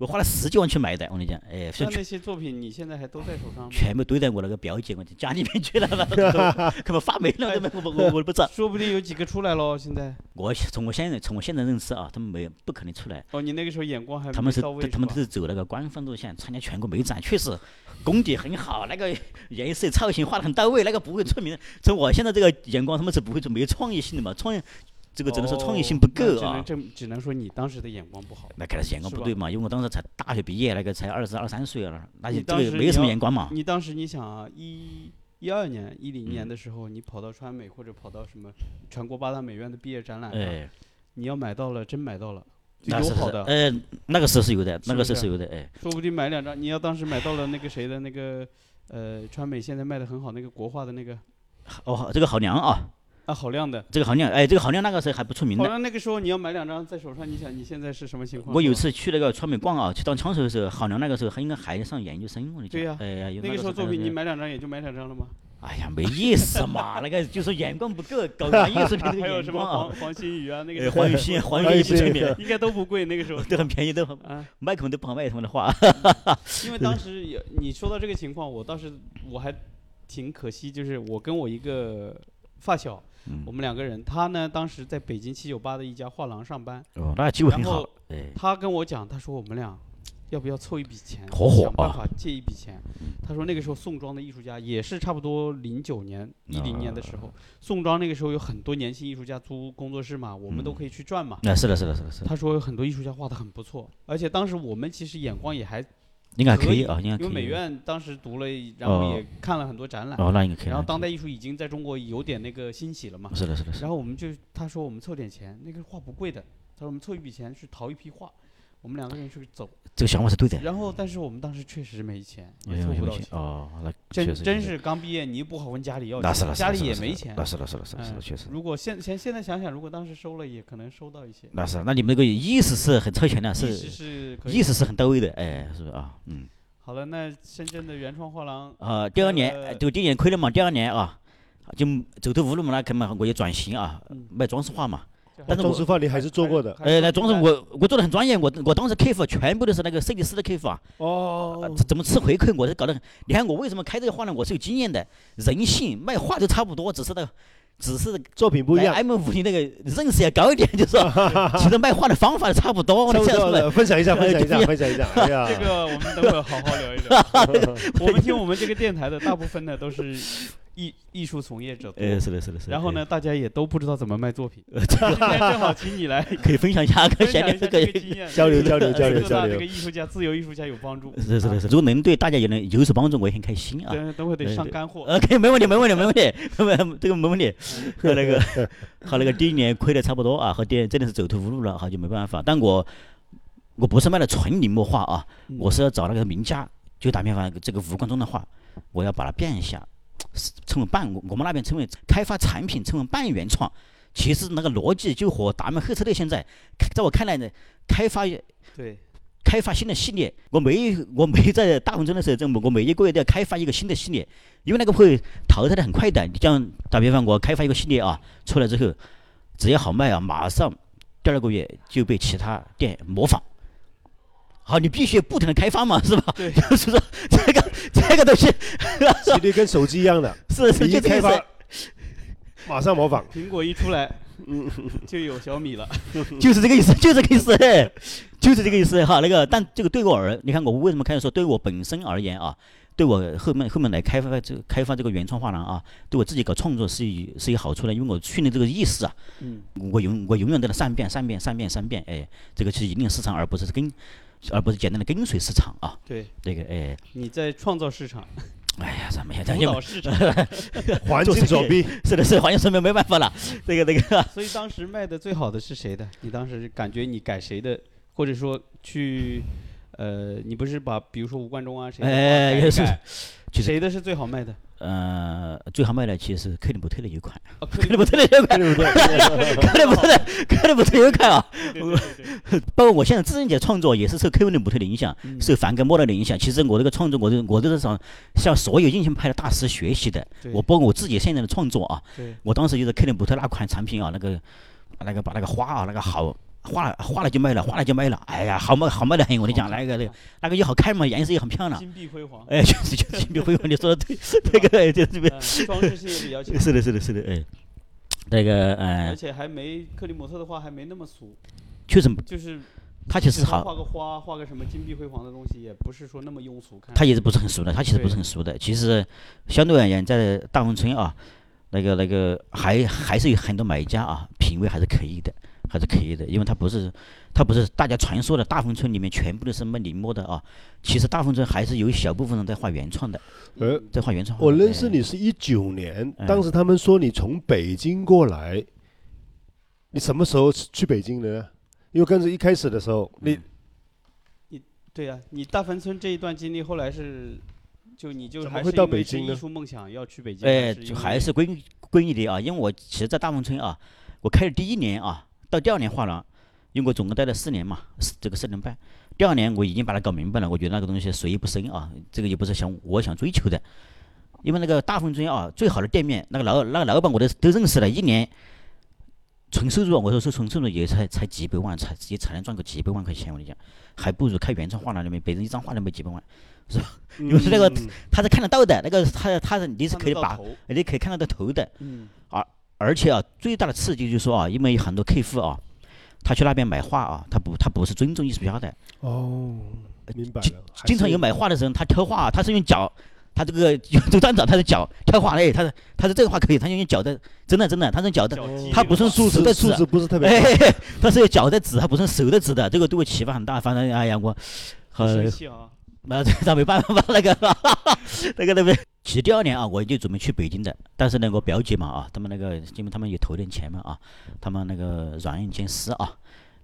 C: 我花了十几万去买的，我跟你讲， (laughs) 哎，
A: 那
C: 全
A: 那些作品你现在还都在手上吗？
C: 全部堆在我那个表姐我的家里面去了，
B: (laughs)
C: 可能发霉了，根本我我我不知道。
A: 说不定有几个出来喽。现在
C: 我从我现在从我现在认识啊，他们没有不可能出来。
A: 哦，你那个时候眼光还
C: 他
A: 没
C: 们是
A: 到位，
C: 他们
A: 吧
C: 都是走那个官方路线，参加全国美展，确实功底很好，那个颜色造型画的很到位，那个不会出名。从我现在这个眼光，他们是不会做没有创意性的嘛，创意这个只能说创意性不
A: 哦
C: 够
A: 那
C: 啊。
A: 只能这只能说你当时的眼光不好。
C: 那肯定是眼光
A: 是
C: 不
A: 吧
C: 对嘛，因为我当时才大学毕业，那个才二十二三岁啊，那就
A: 你
C: 这
A: 当时
C: 个没有什么
A: 你要
C: 眼光嘛。
A: 你当时你想啊，一一二年、一零年
C: 嗯
A: 的时候，你跑到川美或者跑到什么全国八大美院的毕业展览上，
C: 哎，
A: 你要买到了，真买到了，就嗯
C: 那
A: 有
C: 是
A: 好
C: 是
A: 的，
C: 呃，那个时候是有的，那个时候
A: 是
C: 是
A: 不
C: 有的，哎，
A: 说不定买两张。你要当时买到了那个谁的那个呃，川美现在卖的很好那个国画的那个
C: 哦，这个郝亮啊，
A: 啊，好亮的。
C: 这个郝亮，哎，这个郝亮那个时候还不出名
A: 好
C: 的，
A: 像那个时候你要买两张在手上，你想你现在是什么情况？
C: 我有
A: 是吧
C: 次去那个川美逛啊，去当枪手的时候，郝良那个时候还应该还上研究生，我就
A: 对呀
C: 哎呀，有
A: 那个时候作
C: 看到
A: 品
C: 这
A: 你买两张也就买两张了
C: (laughs)
A: 吗？
C: 哎呀，没意思嘛，
A: (laughs)
C: 那个就是眼光不够，搞玩艺术品这
A: 还
C: 个
A: 有
C: 眼
A: 什么
C: 光
A: 黄
C: 啊。
A: 黄新宇啊，那
C: 哎
A: 个
C: 黄宇
A: (laughs)
C: 欣，黄宇啊
B: 黄宇
C: 欣不出
B: 欣
C: 名，
A: 应该都不贵那个
C: (laughs)
A: 时候
C: 都很便宜，都很
A: 啊。
C: 卖可能都不好卖他们的画。
A: 因为当时也你说到这个情况，我当时我还挺可惜，就是我跟我一个发小，
C: 嗯
A: 我们两个人，他呢当时在北京七九八的一家画廊上班，
C: 哦，那机会很
A: 然
C: 好
A: 后。
C: 哎，
A: 他跟我讲，他说我们俩要不要凑一笔钱，
C: 合伙
A: 想办
C: 啊
A: 法借一笔钱。
C: 嗯
A: 他说那个时候宋庄的艺术家也是差不多零九年、一零年的时
C: 啊
A: 候，宋庄那个时候有很多年轻艺术家租工作室嘛，我们都
C: 嗯
A: 可以去转嘛。
C: 那是的，是的，是的，是的，
A: 他说有很多艺术家画的很不错，而且当时我们其实眼光也还
C: 应该
A: 可
C: 可以
A: 以
C: 啊，应该可
A: 因为美
C: 以。
A: 院当时读了，然后
C: 哦
A: 也看了很多展览，
C: 哦，那应该可以。
A: 然后当
C: 代
A: 代艺术已经在中国有点那个兴起了嘛。
C: 是的，是 (laughs) 的，是的。
A: 然后我们就他说我们凑点钱，那个画不贵的，他说我们凑一笔钱去淘一批画，我们两个人去走。
C: 这个想法是对的。
A: 然后但是我们当时确实没钱，
C: 哎
A: 也
C: 呀
A: 凑不
C: 有
A: 到
C: 钱
A: 钱，
C: 哦，那确
A: 真
C: 实
A: 真
C: 有钱
A: 是刚毕业，你不好问家里要
C: 那是
A: 钱，
C: 了，
A: 家里也
C: 是的
A: 没
C: 是的
A: 钱
C: 那。是的，是的，是的，是的，
A: 嗯
C: 确实。
A: 如果现现现在想想，如果当时收了，也可能收到一些。
C: 那是，那你们那个意识是很超前
A: 嗯
C: 的，
A: 意识
C: 是
A: 是可以
C: 意识是很到位的，哎，是不是啊？嗯。
A: 好了，那深圳的原创画廊
C: 啊，第二年呃
A: 呃
C: 就第一年亏了嘛，第二年啊，就走投无路嘛，那肯嘛我就转型啊
A: 嗯，
C: 卖装饰画嘛。
A: 这
C: 但是
B: 装
C: 我
B: 饰画你还是做过的
A: 还是
C: 呃，那装饰
A: 还是
C: 我我做的很专业，我我当时 K 服全部都是那个设计师的 K 服啊，
A: 嗯
C: 呃
B: 哦，
C: 怎怎么吃回馈我都搞得很。你看我为什么开这个画呢？我是有经验的，人性卖画都差不多，只是那个只是哎
B: 作品不一样，
C: M 五零那个认识要高一点，
A: (laughs)
C: 就是说其实卖画的方法都差不多，我
B: 差
C: 这
B: 不
C: 样
B: 多
C: 说的。
B: 了，分享
C: (laughs)
B: 一下，分享一下，
C: 哎
B: 分享一下，哎呀，
A: (laughs) 这
C: (laughs)
A: 个我们等会儿好好聊一聊。我们听我们这个电台的大部分呢都是艺艺术从业者多。
C: 呃，是的，是的，是的。
A: 然后呢，
C: 哎？
A: 大家也都不知道怎么卖作品。
C: 呃
A: (laughs) 今天正好请你
C: (laughs)
A: 来
C: 可以分享一下，可以
A: 分
C: 闲
A: 享
C: 聊
A: 一下
C: 可
A: 这
C: 以
A: 个。经验，
B: 交流交流交流
A: 对吧
B: 交
A: (laughs) 这
B: 流
A: 个。艺术家、自由艺术家有帮助。
C: 是的，是
A: 啊
C: 的，是的。如果能对大家有能有所帮助，我也很开心 (laughs) 啊。
A: 等等会儿得
C: 对
A: 上
C: 对
A: 干货。
C: 呃，可以，没问题，没问题，没问题， (laughs) 没这个没问题。和那个和那个第一年亏的差不多啊，和第二真的是走投无路了，好就没办法。但我我不是卖的纯临摹画啊，
A: 嗯
C: 我是要找那个名家，就打比方这个吴冠中的画，我要把它变一下，称为半，我我们那边称为开发产品，称为半原创。其实那个逻辑就和达明赫特勒现在，在我看来呢，开发
A: 对，
C: 开发新的系列，我每一我每一在大红中的时候，这么我每一个月都要开发一个新的系列，因为那个会淘汰的很快的。你像打比方，我开发一个系列啊，出来之后，只要好卖啊，马上第二个月就被其他店模仿。好，你必须不停的开发嘛，是吧？
A: 对
C: (laughs) 就是说这个这个东
B: (laughs)
C: 西 (laughs)
B: 其实跟手机一样的，
C: 是是
B: 你一
C: (laughs) 就这个
B: 开
C: 意思
B: 发，马上模
C: (laughs)
B: 仿。
A: 苹果一出来，就有小米了。
C: (laughs) 就是这个意思，就是这个意思， (laughs) 嘿就是这个意思哈。那个，但这个对我而，你看我为什么开始说对我本身而言啊，对我后面后面来开发这个开发这个原创画廊啊，对我自己搞创作是有是有好处的，因为我训练这个意识啊，
A: 嗯，
C: 我永我永远在那善变善变善变善变，哎，这个是引领市场，而不是跟，而不是简单的跟随市场啊。
A: 对，
C: 这个哎，
A: 你在创造市场，
C: 哎呀，咱们现在
A: 主
C: 因
A: 导
C: 为
A: 市场。
B: 环境所逼，
C: (laughs) 是的是的，环境生命没办法了，这个这个。
A: 所以当时卖的最好的是谁的？你当时感觉你改谁的，或者说去，呃，你不是把比如说吴冠中啊谁的
C: 哎
A: 改一
C: 也是
A: 改
C: 其实
A: 谁的是最好卖的？
C: 呃，最好卖的其实是克里伯特的一款，
A: 哦
C: 克里伯特的一款，
B: 对不对？
C: 克里伯特的， (laughs) 克里伯特的一款啊，
A: 对对对对
C: (laughs) 包括我现在自己的创作也是受克文姆特的影响，
A: 嗯
C: 受梵根莫奈的影响。其实我这个创作，我都我都是想向所有印象派的大师学习的。
A: 对
C: 我包括我自己现在的创作啊，
A: 对
C: 我当时就是克林伯特那款产品啊，那个那个把那个花啊，那个好花了花了就卖了，花了就卖了。哎呀，好卖好卖的很，我跟你讲，那个那个那个也好看嘛，颜色也很漂 (laughs) 亮。
A: 金碧辉煌，
C: 哎，就是就是金碧辉煌，你说的对，这个哎就这边
A: 嗯装饰性也比较强，
C: (laughs) 是的，是的，是的，哎，那
A: 而
C: 个呃，
A: 且还没克里姆特的画还没那么俗，
C: 确实
A: 就是
C: 它其
A: 只
C: 实
A: 是
C: 好
A: 画，个花，画个什么金碧辉煌的东西，也不是说那么庸俗看。
C: 它也是不是很熟的，它其实
A: 嗯对
C: 不是很熟的。其实相对而言，在大红村啊，那个那个还还是有很多买家啊，品味还是可以的，还是可以的，因为它不是它不是大家传说的大红村里面全部都是卖临摹的啊。其实大红村还是有一小部分人在画原创的，
A: 嗯
B: 呃，
C: 在画原创画。
B: 我认识
C: 哎
B: 你是一九年，
C: 哎
B: 当时他们说你从北京过来，你什么时候去北京的呢？因为跟着一开始的时候，你
A: 对呀、你大坟村这一段经历，后来是就你就
B: 怎么
A: 还
B: 会
A: 是
B: 到
A: 因为
B: 北
A: 是
B: 京呢
A: 艺术梦想要去北京，是
C: 哎，就
A: 因
C: 还
A: 为
C: 是归归你的啊，因为我其实，在大丰村啊，我开的第一年啊，到第二年画廊，因为我总共待了四年嘛，四这个四年半，第二年我已经把它搞明白了，我觉得那个东西水不深啊，这个也不是想我想追求的，因为那个大丰村啊，最好的店面，那个老那个老板我都都认识了，一年。纯收入啊，我说是纯收入也才才几百万，才也才能赚个几百万块钱，我跟你讲，还不如开原创画廊里面，别人一张画都没几百万， (laughs) 你们是那个
B: 嗯
C: 他是看得到的，那个他他是你是
A: 看
C: 可以
A: 得到
C: 把，
A: 头
C: 你可以看得到头的，
A: 嗯
C: 而且啊，最大的刺激就是说啊，因为很多客户啊，他去那边买画啊，他不他不是尊重艺术家的，
B: 哦，明白了，还
C: 嗯经常
B: 是
C: 有买画的人，他挑画啊，他是用脚，他这个 (laughs) 这个站长他是脚挑画，哎，他是他是这个画可以，他用脚的，真的真的，他是用脚的，
A: 脚踢
C: 他
A: 那
C: 不
A: 种
C: 是
B: 素
C: 手
B: 质
C: 的
B: 素
C: 指
B: 质不是特别
C: 哎
B: 高，，
C: (laughs) 他是用脚的指，他不是手的指的，这个对我启发很大，反正哎呀我，
A: 很
C: 呃
A: 生气啊，
C: 那这那没办法，那个 (laughs) 那个那边。其实第二年啊，我就准备去北京的，但是呢，我表姐嘛啊，他们那个因为他们也投点钱嘛啊，他们那个软硬兼施啊，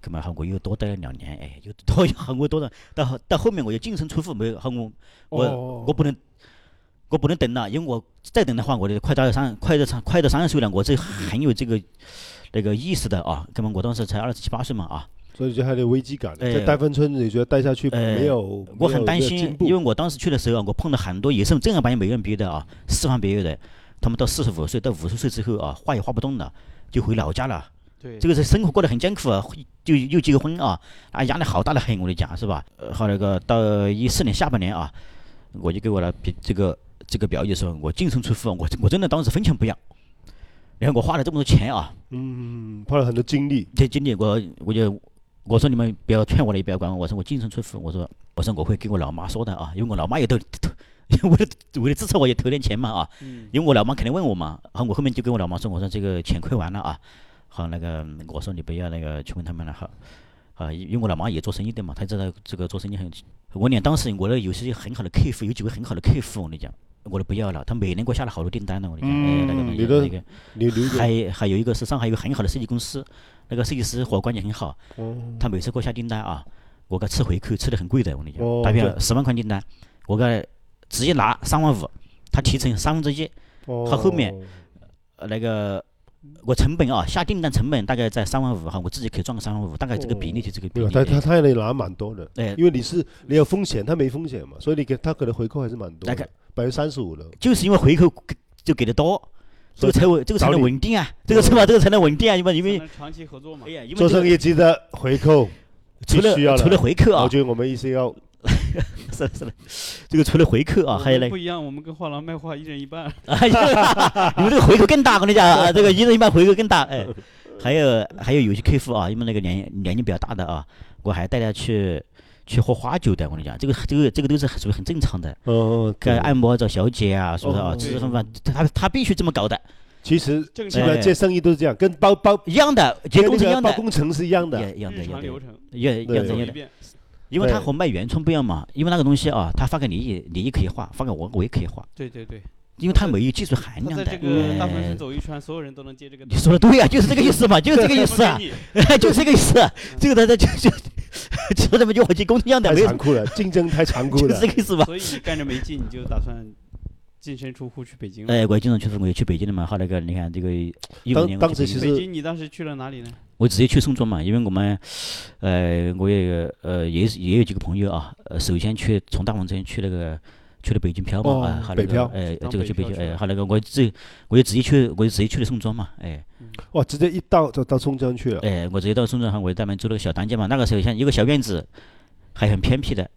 C: 那么好我又多待了两年，哎，又多 (laughs) 韩国多了，到到后面我就净身出户，没有韩国
B: 我
C: 我不能，我不能等了，因为我再等的话，我就快到三，快到三，快到三十岁了，我这很有这个那个意识的啊，那么我当时才二十七八岁嘛啊，
B: 所以就还有点危机感，
C: 哎
B: 在大芬村你觉得待下去
C: 哎
B: 没有，
C: 我
B: 没有
C: 很担
B: 这个
C: 心
B: 进，步
C: 因为我当时去的时候啊，我碰到很多也是正儿八经没人毕业的啊，师范毕业的，他们到四十五岁到五十岁之后啊，画也画不动了，就回老家了。
A: 对，
C: 这个是生活过得很艰苦啊，就又结婚啊，啊压力好大的很，我跟你讲是吧？呃后那个到一四年下半年啊，我就给我的比这个这个表姐说，我净身出户，啊我我真的当时分钱不要，然后我花了这么多钱啊，
B: 嗯，花了很多精力，
C: 这经历我我就我说你 (laughs) 们不要劝我了，也不要管我，我说我净身出户，我说我说我会跟我老妈说的啊，因为我老妈也都都为了为了支持我也投点钱嘛啊，
A: 嗯
C: 因为我老妈肯定问我嘛，然后我后面就跟我老妈说，我说这个钱亏完了啊，好那个我说你不要那个去问他们了好，啊，因为我老妈也做生意的嘛，她知道这个做生意很，我俩当时我那有些很好的客户，有几个很好的客户，我跟你讲，我都不要了，他每年给我下了好多订单了，我跟你讲，哎那个
B: 嗯
C: 东
B: 你
C: 西
B: 都
C: 那个。
B: 你理解？
C: 还还有一个是上海有个很好的设计公司，那个设计师和我关系很好，
B: 哦
C: 他每次给我下订单啊，我给他吃回扣，吃的很贵的，我跟你
B: 哦
C: 讲，打比
B: 对
C: 方十万块订单，我给他直接拿三万五，他提成三分之一，
B: 他
C: 他后面呃那个我成本啊，下订单成本大概在三万五哈，我自己可以赚个三万五，大概这个比例就这个比
B: 没
C: 例
B: 有，他哦他
C: 的。
B: 他也拿蛮多的，
C: 哎，
B: 因为你是你有风险，他没风险嘛，所以你给他给的回扣还是蛮多
C: 大
B: 的
C: 概，
B: 百分之三十五的。
C: 就是因为回扣给就给的多，
B: 所
C: 这
B: 以
C: 个才稳，这个才
B: 找
C: 能
B: 你哦
C: 稳定啊，这个是吧？这个才能稳定啊，因为因
A: 才
C: 为
A: 能长期合作嘛
C: 哎。呀，因为
B: 做
C: 这个
B: 生意记得回扣，
C: 除
B: 必须要
C: 了
B: 的
C: 除了回扣啊
B: 我，觉得我们一是要
C: (laughs) 是的，是的，这个除了回扣
B: 哦
C: 啊，
A: 我
C: 还有
A: 们
C: 那
A: 不一样，我们跟画廊卖画一人一半。
C: 哎呀， (laughs) 你们这个回扣更大，我跟你讲啊，这个一人一半回扣更大。哎，还有还有有些客户啊，因为那个年年龄比较大的啊，我还带他去去喝花酒的。我跟你讲，这个这个这个都是属于很正常的，
B: 哦，
C: 该按摩找小姐啊，是不是
B: 哦
C: 啊？
B: 对
C: 吃吃饭饭，他他必须这么搞的，
B: 其实
A: 正
B: 基
A: 常
B: 本上这生意都是这样，跟包包
C: 一样的，哎结
B: 跟
C: 工
B: 那
C: 程一
B: 个
C: 样
B: 包
C: 的，哎
B: 工程是一样的。
C: 也一样的，
A: 日
C: 一样
A: 常
C: 的
A: 流，程
C: 一样一样的，
B: 对
C: 一
A: 走
C: 样
A: 一
C: 的。
A: 遍。
C: 因为它
B: 对
C: 和卖原创不一样嘛，因为那个东西啊，他发给你也你也可以画，发给我我也可以画，
A: 对对对，
C: 因为它没有技术含
A: 他
C: 量
A: 在
C: 的。
A: 这个大
C: 哎
A: 环市走一圈，所有人都能接这个
C: 你。说的对呀、啊就是这个意思嘛，就是这个意思啊， (laughs) 就是这个意思。这个大家就就就这么就我去工程样的，
B: 太
C: 没有
B: 残酷了，
C: (laughs)
B: 竞争太残酷
C: 就
B: 了
C: 是这。个意思吧？
A: 所以你干着没劲，你就打算净身出户去北
B: 嗯
A: 京了。
C: 哎，我也经常去，我也去北京的嘛。后来个你看这个一五
B: 当
C: 年，
B: 当时其实
A: 北京你当时去了哪里呢？
C: 我直接去宋庄嘛，因为我们呃我也呃也是也有几个朋友啊，呃首先去从大黄村去那个。去了北京漂嘛，
B: 哦
C: 啊，后来
B: 北漂
C: 个，哎，
A: 当
C: 这个
A: 北
C: 去北
A: 漂
C: 京，
A: 去
C: 哎，
A: 了
C: 后来个我这，我就直接去，我就直接去了宋庄嘛，哎，
B: 哇，直接一到就到松江去了。
C: 哎，我直接到宋庄后，我就专门租了个小单间嘛。那个时候像一个小院子，还很偏僻的，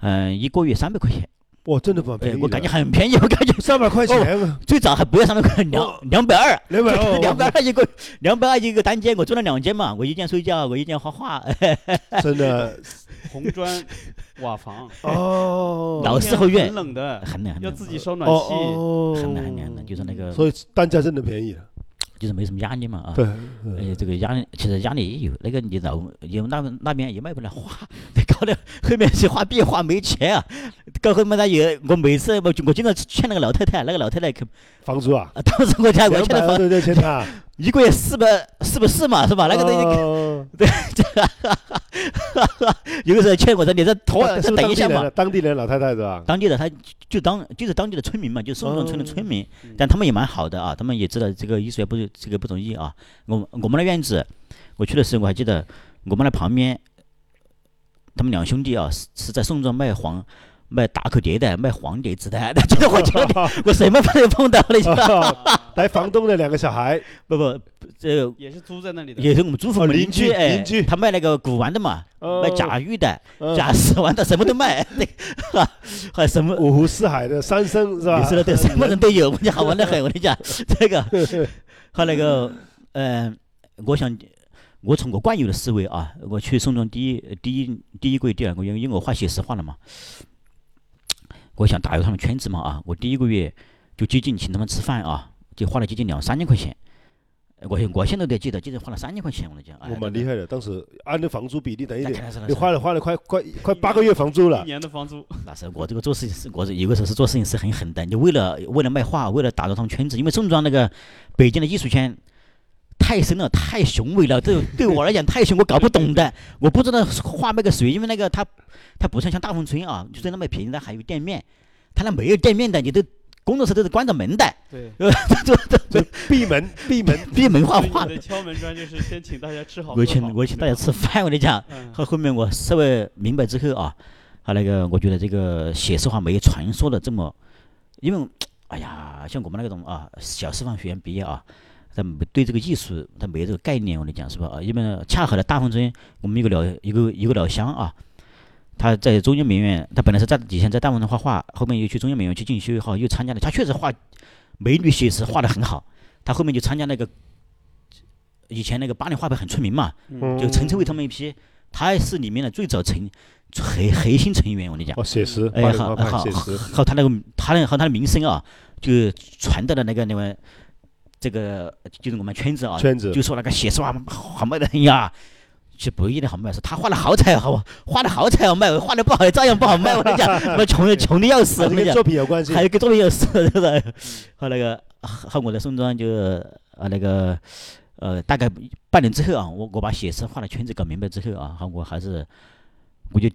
C: 嗯、一个月三百块钱，
B: 哇，真的蛮便
C: 哎
B: 宜，的。
C: 我感觉很便宜，我感觉
B: 三百块钱啊，
C: 最早还不要三百块，
B: 哦
C: 两两百二，
B: 两百哦二，
C: (laughs) 两百二一个，两百二一个单间，我住了两间嘛，我一间睡觉，我一间
B: (laughs)
C: 画画，哎
B: 真的
A: 红
C: (laughs)
A: 砖瓦房，
B: 哦，
C: 哎老
A: 天
C: 四合院
A: 很冷的，
C: 很冷很
A: 要
C: 冷，
A: 自己烧暖气。
B: 哦
C: 很冷很冷的，就是那个
B: 所以单价真的便宜了。
C: 就是没什么压力嘛啊。
B: 对，嗯
C: 哎，这个压力其实压力也有，那个你老你们那边那边也卖不了画， (laughs) 搞得后面去画壁画没钱啊，搞后面他也我每次我我经常劝那个老太太，那个老太太可
B: 房租啊，
C: 啊当时我家我
B: 两
C: 劝
B: 百
C: 她
B: 二
C: 房
B: 对对，钱他
C: 一个月四百四百四嘛是吧？那个东西 (laughs)
B: 哦
C: 有的时候劝我说你再拖
B: 那 (laughs) 是
C: 再
B: 不是
C: 等一下
B: 当地人啊。当地人
C: 嘛
B: 老太太是吧？
C: 当地的他就当就是当地的村民嘛，就宋
B: 哦
C: 庄村的村民，
A: 嗯
C: 但他们也蛮好的啊，他们也知道这个艺术也不这个不容易啊。我我们那院子，我去的时候我还记得，我们那旁边，他们两兄弟啊是是在宋庄卖黄卖大口碟的，卖黄碟子的， (laughs) 那觉得我
B: (laughs)
C: 觉得我什么都碰到了，你知道
A: 啊
B: 来房东的两个小孩，
C: 不不这个。
A: 也是租在那里的。
C: 也是我们租户
B: 哦
C: 我们
B: 邻
C: 邻居
B: 居
C: 哎
B: 邻居，
C: 他卖那个古玩的嘛，卖
B: 哦
C: 假玉的、
B: 嗯
C: 假死玩的，什么
B: (laughs)
C: 都卖， (laughs) 那个还什么
B: 五湖四海的三生是吧？
C: 你说的对，什么人都有，我跟你好玩的很。我跟
B: (laughs)
C: 你讲，这个和那个，嗯、我想，我从我惯有的思维啊，我去宋庄第一第一第一个月、第二个月，因为我画写实画了嘛，我想打入他们圈子嘛啊，我第一个月就接近请他们吃饭啊，就花了接近两三千块钱。我现我现在都记得，记得花了三千块钱，我跟你讲，哎
B: 我，蛮厉害的，当时按照房租比例等一
C: 那
B: 点，
C: 肯定是那
B: 你
C: 是
B: 花了花了快快快八个月房租
A: 一
B: 了，
A: 年的房
C: (laughs)
A: 租，
C: 那时候我这个做事情是，我是有个时候是做事情是很狠的。你为了为了卖画，为了打造他们圈子，因为宋庄那个北京的艺术圈太深了，太雄伟了，对对我来讲太雄，我搞不懂的，我不知道画卖给谁，因为那个他他不像像大丰村啊，就在那么便宜，他还有店面，他那没有店面的，你都工作室都是关着门的，
A: 对，
C: 这这
B: 就闭门闭门，
C: 闭门画
A: 所以
C: 画
A: 你。的敲门砖就是先请大家吃好。
C: 我
A: 喝好
C: 请我请大家。吃饭，我跟你讲，
A: 嗯，
C: 后后面我稍微明白之后啊，他那个我觉得这个写实画没有传说的这么，因为哎呀，像我们那种啊小师范学院毕业啊，他们对这个艺术他没这个概念，我跟你讲是吧？啊，因为呢恰好呢大丰村我们有个老一个一个老乡啊。他在中央美院，他本来是在以前在大丰村画画，后面又去中央美院去进修哈，又参加了。他确实画美女写实画的很好，他后面就参加那个以前那个巴黎画派很出名嘛，
A: 嗯
C: 就陈秋伟他们一批，他是里面的最早成核核心成员，我跟你讲。
B: 哦，写实，
C: 哎，
B: 八零
C: 好
B: 后
C: 好
B: 派
C: 好
B: 写实，
C: 好，他那个他那和他的名声啊，就传到了那个你们这个就是我们圈子啊，
B: 圈子
C: 就说那个写实画好卖的哎呀，其实不一定好卖，是他画的好彩好，画的好彩好卖，画的不好照样不好卖。我跟你讲，我穷的穷的要死，我
B: 还是
C: 跟
B: 跟
C: 你讲，
B: 作品有关系嗯
C: 还。有个作品要死，是不是？后那个后我在宋庄就啊那个呃大概半年之后啊，我我把写生画的圈子搞明白之后啊，后我还是我就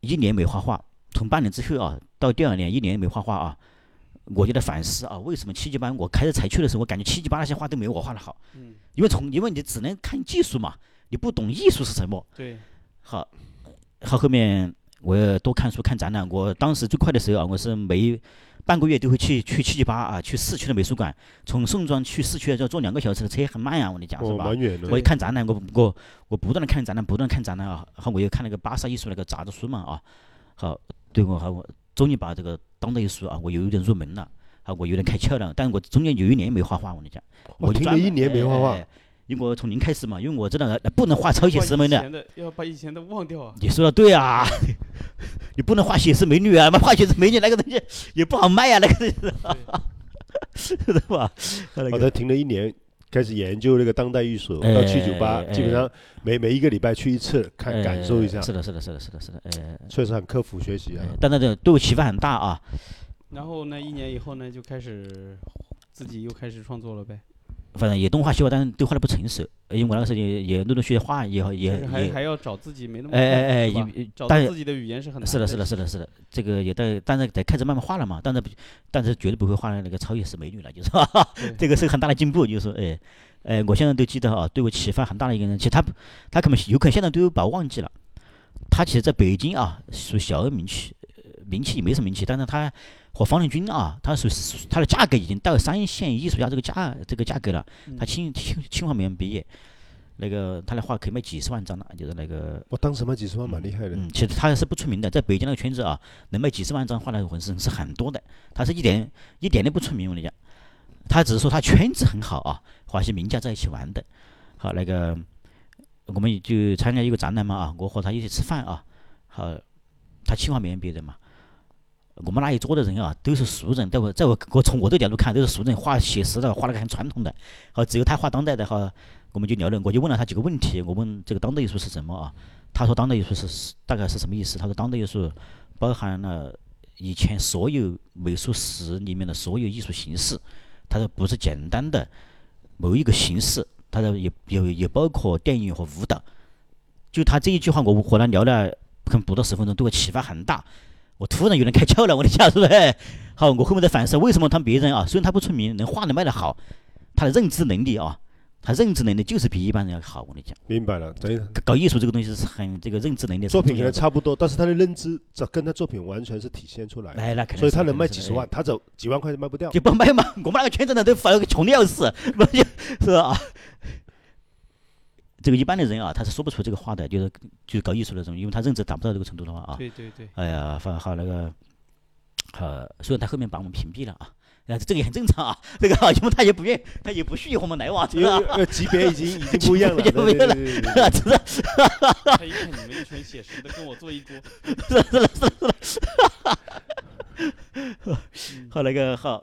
C: 一年没画画，从半年之后啊到第二年一年没画画啊，我就在反思啊，为什么七级班我开始才去的时候，我感觉七级班那些画都没有我画的好，
A: 嗯，
C: 因为从因为你只能看技术嘛，你不懂艺术是什么。
A: 对，
C: 好，好，后面我也多看书看展览。我当时最快的时候啊，我是每半个月都会去去七七八啊，去市区的美术馆，从宋庄去市区要坐两个小时的车，很慢呀、我跟你讲是
B: 哦，
C: 吧？
B: 蛮远的
C: 我。一看展览，我我我不断的看展览，不断地看展览啊，然后我又看那个巴萨艺术那个杂志书嘛啊，好，对我还我终于把这个当代艺术啊，我有一点入门了，啊，我有点开窍了，但我中间有一年没画画，我跟你讲，
B: 我
C: 我
B: 哦
C: 就
B: 停了
C: 专
B: 一
C: 门
B: 年没画，画
C: 哎哎，哎因为我从零开始嘛，因为我知道呃不能画超写实
A: 把
C: 美
A: 以
C: 的，
A: 前的要把以前的忘掉啊。
C: 你说的对啊， (laughs) 你不能画写实美女啊，画写实美女那个东西也不好卖啊，那个东西是吧？那
B: 我
C: 个
B: 才停了一年，开始研究那个当代艺术，
C: 哎
B: 到去酒吧，
C: 哎
B: 基本上每每一个礼拜去一次，看感受一下
C: 呃，是的，是的，是的，是的，是的，呃，
B: 确实很刻苦学习啊。
C: 呃但那个对我启发很大啊。
A: 然后呢，一年以后呢，就开始自己又开始创作了呗，
C: 反正也动画修，但是对画的不成熟，因为我那个时候也也陆陆续续画，也也
A: 就是还还
C: 也，
A: 要找自己没那么
C: 哎哎
A: 快
C: 哎，
A: 是吧
C: 也
A: 找
C: 但
A: 到
C: 是
A: 自己的语言是很难
C: 是的，是的，是的，是的，这个也在，但是得开始慢慢画了嘛，但是不但是绝对不会画那个超越式美女了，就是吧？ (laughs)
A: 的，
C: 这个是很大的进步，就是说，哎，哎，我现在都记得啊，对我启发很大的一个人，其实他不他可能有可能现在都把我忘记了。他其实在北京啊，属小有名气，呃名气也没什么名气，但是他和方力钧啊，他属属他的价格已经到三线艺术家这个价这个价格了。
A: 嗯
C: 他清清清华美院毕业，那个他的画可以卖几十万张了，就是那个
B: 我当时嘛，几十万蛮厉害的，
C: 嗯，其实他是不出名的，在北京那个圈子啊，能卖几十万张画的纹身是很多的。他是一点一点都不出名，我跟你讲，他只是说他圈子很好啊，和一些名家在一起玩的。好，那个我们就参加一个展览嘛啊，我和他一起吃饭啊。好，他清华美院毕业的嘛，我们那一桌的人啊都是熟人，在我在我我从我这个角度看都是熟人，画写实的，画那个很传统的。好，只有他画当代的哈，我们就聊了，我就问了他几个问题，我问这个当代艺术是什么啊？他说当代艺术是大概是什么意思？他说当代艺术包含了以前所有美术史里面的所有艺术形式，他说不是简单的某一个形式，他说也也也包括电影和舞蹈。就他这一句话，我和他聊了可能不到十分钟，对我启发很大。我突然有点开窍了，我的讲是不是？好，我后面在反思，为什么他别人啊，虽然他不出名，能画的卖的好，他的认知能力啊，他认知能力就是比一般人要好。我跟你讲，
B: 明白了。等于
C: 搞搞艺术这个东西是很这个认知能力是
B: 作
C: 很
B: 品
C: 重
B: 可
C: 要
B: 能
C: 的。
B: 差不多，但是他的认知，这跟他作品完全是体现出来的，
C: 哎，那肯定
B: 所以
C: 是
B: 他能
C: 肯定
B: 卖
C: 是
B: 几十
C: 哎
B: 万，他走几万块钱卖
C: (laughs)
B: 不掉。
C: 就不卖嘛。我们那个圈子呢，都反正穷的要死， (laughs) 不就是啊？这个一般的人啊，他是说不出这个话的，就是就是搞艺术的人，因为他认知达不到这个程度的话啊。
A: 对对对，
C: 哎呀，反正好那个，呃，虽然他后面把我们屏蔽了啊，但是这个也很正常啊， (laughs) 这个、啊、因为他也不愿，他也不许和我们来往，这
B: 因为
C: 个啊、
B: 呃级别已经已经不一
C: (laughs)
B: 样了，
C: 级别不一样了
B: 对对对对对
C: 真的啊
A: 他一看你们一群写实的跟我坐一桌，
C: 后来个好，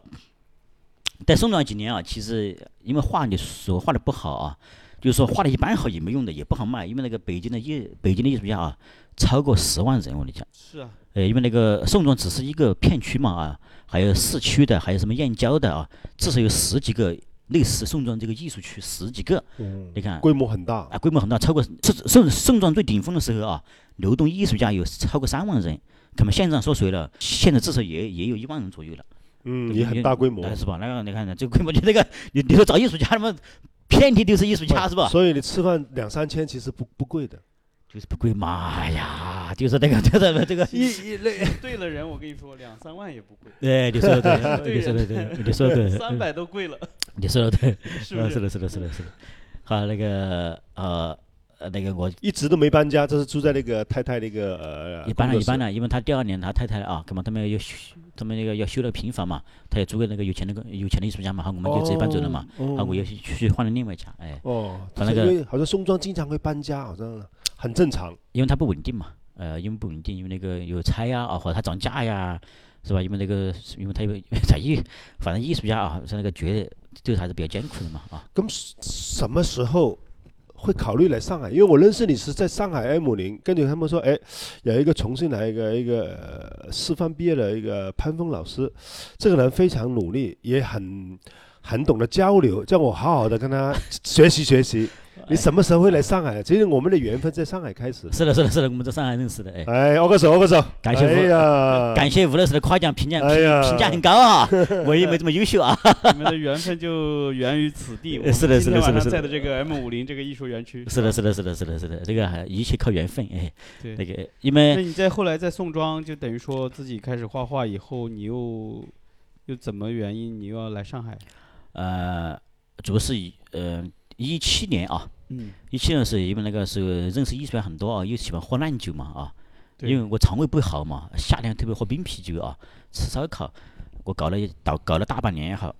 C: 在宋庄几年啊，其实因为画你所画的不好啊，就是说画的一般好也没用的，也不好卖，因为那个北京的艺北京的艺术家啊，超过十万人，我跟你讲，
A: (laughs) 是
C: (laughs)
A: 啊，
C: 呃，因为那个宋庄只是一个片区嘛啊，还有市区的，还有什么燕郊的啊，至少有十几个类似宋庄这个艺术区十几个，
B: 嗯
C: 你看
B: 规模很大，
C: 啊，规模很大，超过宋宋宋庄最顶峰的时候啊，流动艺术家有超过三万人，可能现在缩水了，现在至少也也有一万人左右了。
B: 嗯，
C: 对
B: 也很大规模
C: 哎，，是吧？那个你看，这个规模就那个，你你说找艺术家，他妈遍地都是艺术
B: 嗯
C: 家，是吧？
B: 所以你吃饭两三千其实不不贵的，
C: 就是不贵嘛，哎呀，就是那个， (laughs) 就是这个，
A: 一一类对了人，我跟你说，两三万也不贵，
C: 哎，你说的对，你说的对，你说的对，
A: (laughs) 三百都
C: (laughs)
A: 贵了，
C: 你说的对，
A: 是
C: 嗯
A: 不
C: 是
A: 是？
C: 的，是的，是的，是的。好，那个呃，呃那个我
B: 一直都没搬家，这是住在那个太太那个呃，
C: 一般了，
B: 工
C: 一
B: 作室
C: 般啊了，因为他第二年他太太啊，干嘛他们要修，他们那个要修了平房嘛，他也租给那个有钱那个有钱的艺术家嘛，好，我们就直接搬走了嘛，
B: 哦。
C: 好，我又去去换了另外一家，哎，
B: 哦，
C: 把
B: 是
C: 那个
B: 因为好像宋庄经常会搬家，好像很正常。
C: 因为它不稳定嘛，呃，因为不稳定，因为那个有差呀，啊，或者它涨价呀，是吧？因为那个，因为它有 (laughs) 在艺，反正艺术家啊，像那个觉得这个还是比较艰苦的嘛，啊，
B: 咁什什么时候会考虑来上海？因为我认识你是在上海 M 零，跟着他们说，哎，有一个重庆来一个一个呃师范毕业的一个潘峰老师，这个人非常努力，也很很懂得交流，叫我好好的跟
C: (laughs)
B: 他学习学习。你什么时候会来上海？其实我们的缘分在上海开始。
C: 是的，是的，是的，我们在上海认识的，哎，
B: 哎，握个手，握个手。
C: 感谢
B: 哎
C: 吴
B: 呀，
C: 感谢吴老师的夸奖评价，
B: 哎呀
C: 评评价很高啊，我也没这么优秀啊，
A: 你们的缘分就源于此地。我们
C: 呃是的是的
A: 今天晚
C: 是的
A: 上
C: 是的
A: 在的这个 M 五零这个艺术园区。
C: 是的，是的，是的，是的，是的，这个还一切靠缘分，哎，
A: 对
C: 那个因
A: 那
C: 为
A: 你在后来在宋庄，就等于说自己开始画画以后，你又又怎么原因你又要来上海？
C: 呃，主要是以呃一七年啊，
A: 嗯，
C: 一七年是因为那个时候认识艺术家很多啊，又喜欢喝烂酒嘛啊，
A: 对
C: 因为我肠胃不好嘛，夏天特别喝冰啤酒啊，吃烧烤，我搞了一搞搞了大半年也好，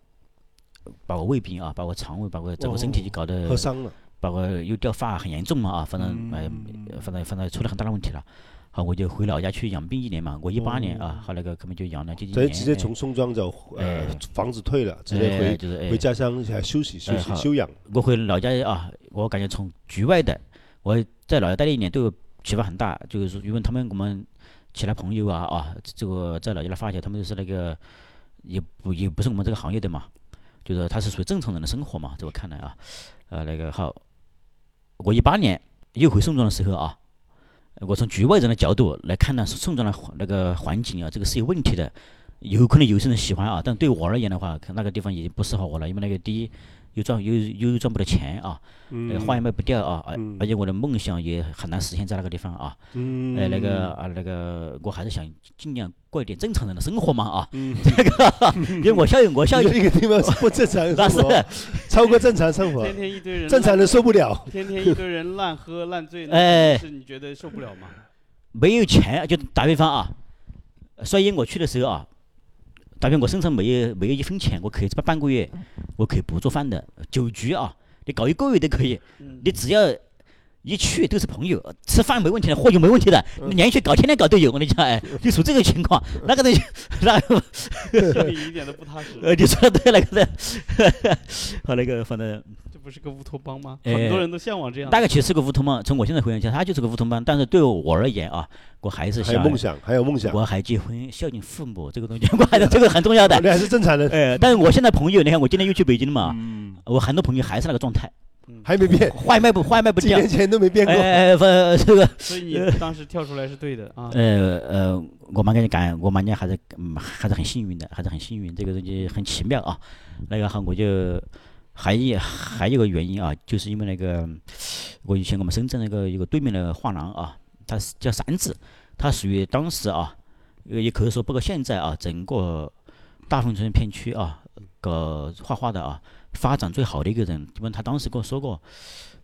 C: 把我胃病啊，把我肠胃，把我整个身体就搞得、
B: 哦喝伤了。
C: 把我又掉发很严重嘛啊，反正呃
B: 嗯
C: 反正反正出了很大的问题了。好，我就回老家去养病一年嘛。我一八年啊，后来个可能就养了接近一
B: 哦所以
C: 年，
B: 直接
C: 哎
B: 从宋庄就呃
C: 哎
B: 房子退了，直接
C: 哎
B: 回
C: 就是哎
B: 回家乡还休息休
C: 哎
B: 息
C: 好
B: 休养。
C: 我回老家啊，我感觉从局外的，我在老家待了一年，对我启发很大。就是说因为他们我们其他朋友啊啊，这个在老家的发小，他们都是那个也不也不是我们这个行业的嘛，就是他是属于正常人的生活嘛，在我看来啊，呃那个好，我一八年又回宋庄的时候啊。我从局外人的角度来看呢，宋庄的环那个环境啊，这个是有问题的，有可能有些人喜欢啊，但对我而言的话，可那个地方已经不适合我了，因为那个第一，又赚又又赚不到钱啊，呃，
B: 嗯
C: 话也卖不掉啊，而
B: 嗯
C: 而且我的梦想也很难实现在那个地方啊，
B: 嗯
C: 呃，那个啊那个，我还是想尽量过一点正常人的生活嘛啊， (laughs)
B: 嗯
C: 这个因为我效应我效
B: 你
C: 应
B: 这个地方是不正常的
C: (laughs) 那是
B: 生活，超过正常生活，
A: 天天一堆人，
B: 正常人受不
C: (laughs)
B: 了。
A: 天天一堆人烂喝烂醉，
C: 哎
A: 那是你觉得受不了吗？
C: 没有钱，就打比方啊，所以我去的时候啊，打比方我身上没有没有一分钱，我可以半半个月，我可以不做饭的，酒局啊，你搞一个月都可以，
A: 嗯，
C: 你只要一去都是朋友，吃饭没问题的，喝酒没问题的，
B: 嗯
C: 你连续搞天天搞都有，我跟你讲，哎，就属这个情况，那个东西， (laughs) 那个
A: 心里一点都不踏实，
C: 呃，你说的对，那个的， (laughs) 好那个，反正
A: 这不是个乌托邦吗？
C: 哎
A: 很多人都向往
B: 啊
A: 这样的。
C: 大概其实是个乌托邦。从我现在回想起来，他就是个乌托邦。但是对我而言啊，我还是
B: 还有
C: 想，
B: 梦想，还有梦想，
C: 我还结婚，孝敬父母这个东西， (laughs) 我还是这个很重要的。
B: 你还是正常
C: (laughs)
B: 人，
C: 呃，但是我现在朋友，你看我今天又去北京了嘛，
A: 嗯，
C: 我很多朋友还是那个状态，
B: 还没变，
C: 坏卖不坏卖不
B: 几
C: 掉。
B: 年前都没变
C: 哎
B: 过。
C: 哎，哎呃这个
A: 所以你当时跳出来是对的啊。
C: 呃呃，我蛮感感，我蛮感还是嗯还是很幸运的，还是很幸运，这个东西很奇妙啊。那个哈，我就还一还有一个原因啊，就是因为那个 (coughs) 我以前我们深圳那个有个对面的画廊啊，它是叫三子，它属于当时啊，呃也可以说包括现在啊，整个大丰村片区啊，搞画画的啊，发展最好的一个人，因为他当时跟我说过，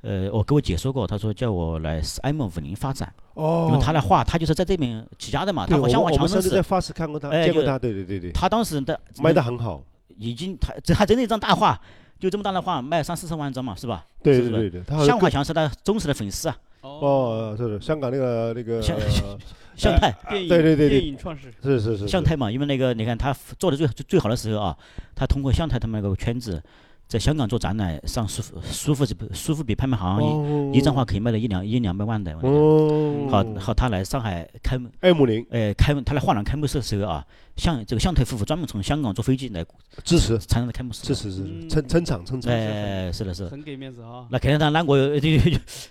C: 呃，我跟我姐说过，他说叫我来 M 五零发展。因为
B: 哦，
C: 他的画，他就是在这边起家的嘛，
B: 对，
C: 他
B: 我
C: 好像
B: 们
C: 我
B: 我
C: 常
B: 们上
C: 认
B: 次在
C: 识，
B: 花市看过他，
C: 哎
B: 见过
C: 就
B: 他，对对对对，
C: 他当时的
B: 卖的很好，
C: 已经他这他真的一张大画，就这么大的画卖三四十万张嘛，是吧？
B: 对对
C: 是的
B: 对对，他好
C: 向
B: 像
C: 华强是他忠实的粉丝啊，
B: 哦，是的，香港那个那个，(laughs)
C: 向
B: 呃
C: 向太
A: 电影
B: 哦对对对对
A: 电影创始
B: 是是是，
C: 向太嘛，因为那个你看他做的最最好的时候啊，他通过向太他们那个圈子，在香港做展览，上苏富苏富苏富比拍卖行
B: 哦
C: 一一张画可以卖到一两一两百万的。我跟你
B: 哦，
C: 讲好好，他来上海开
B: 艾姆林
C: 呃开他来画廊开幕式的时候啊，向这个向太夫妇专门从香港坐飞机来
B: 支持
C: 参加开幕式的。
B: 支持支持，
A: 嗯
B: 撑撑场撑场，
C: 哎，是的，是的。
A: 很给面子啊。
C: 那肯定他，那我 (laughs)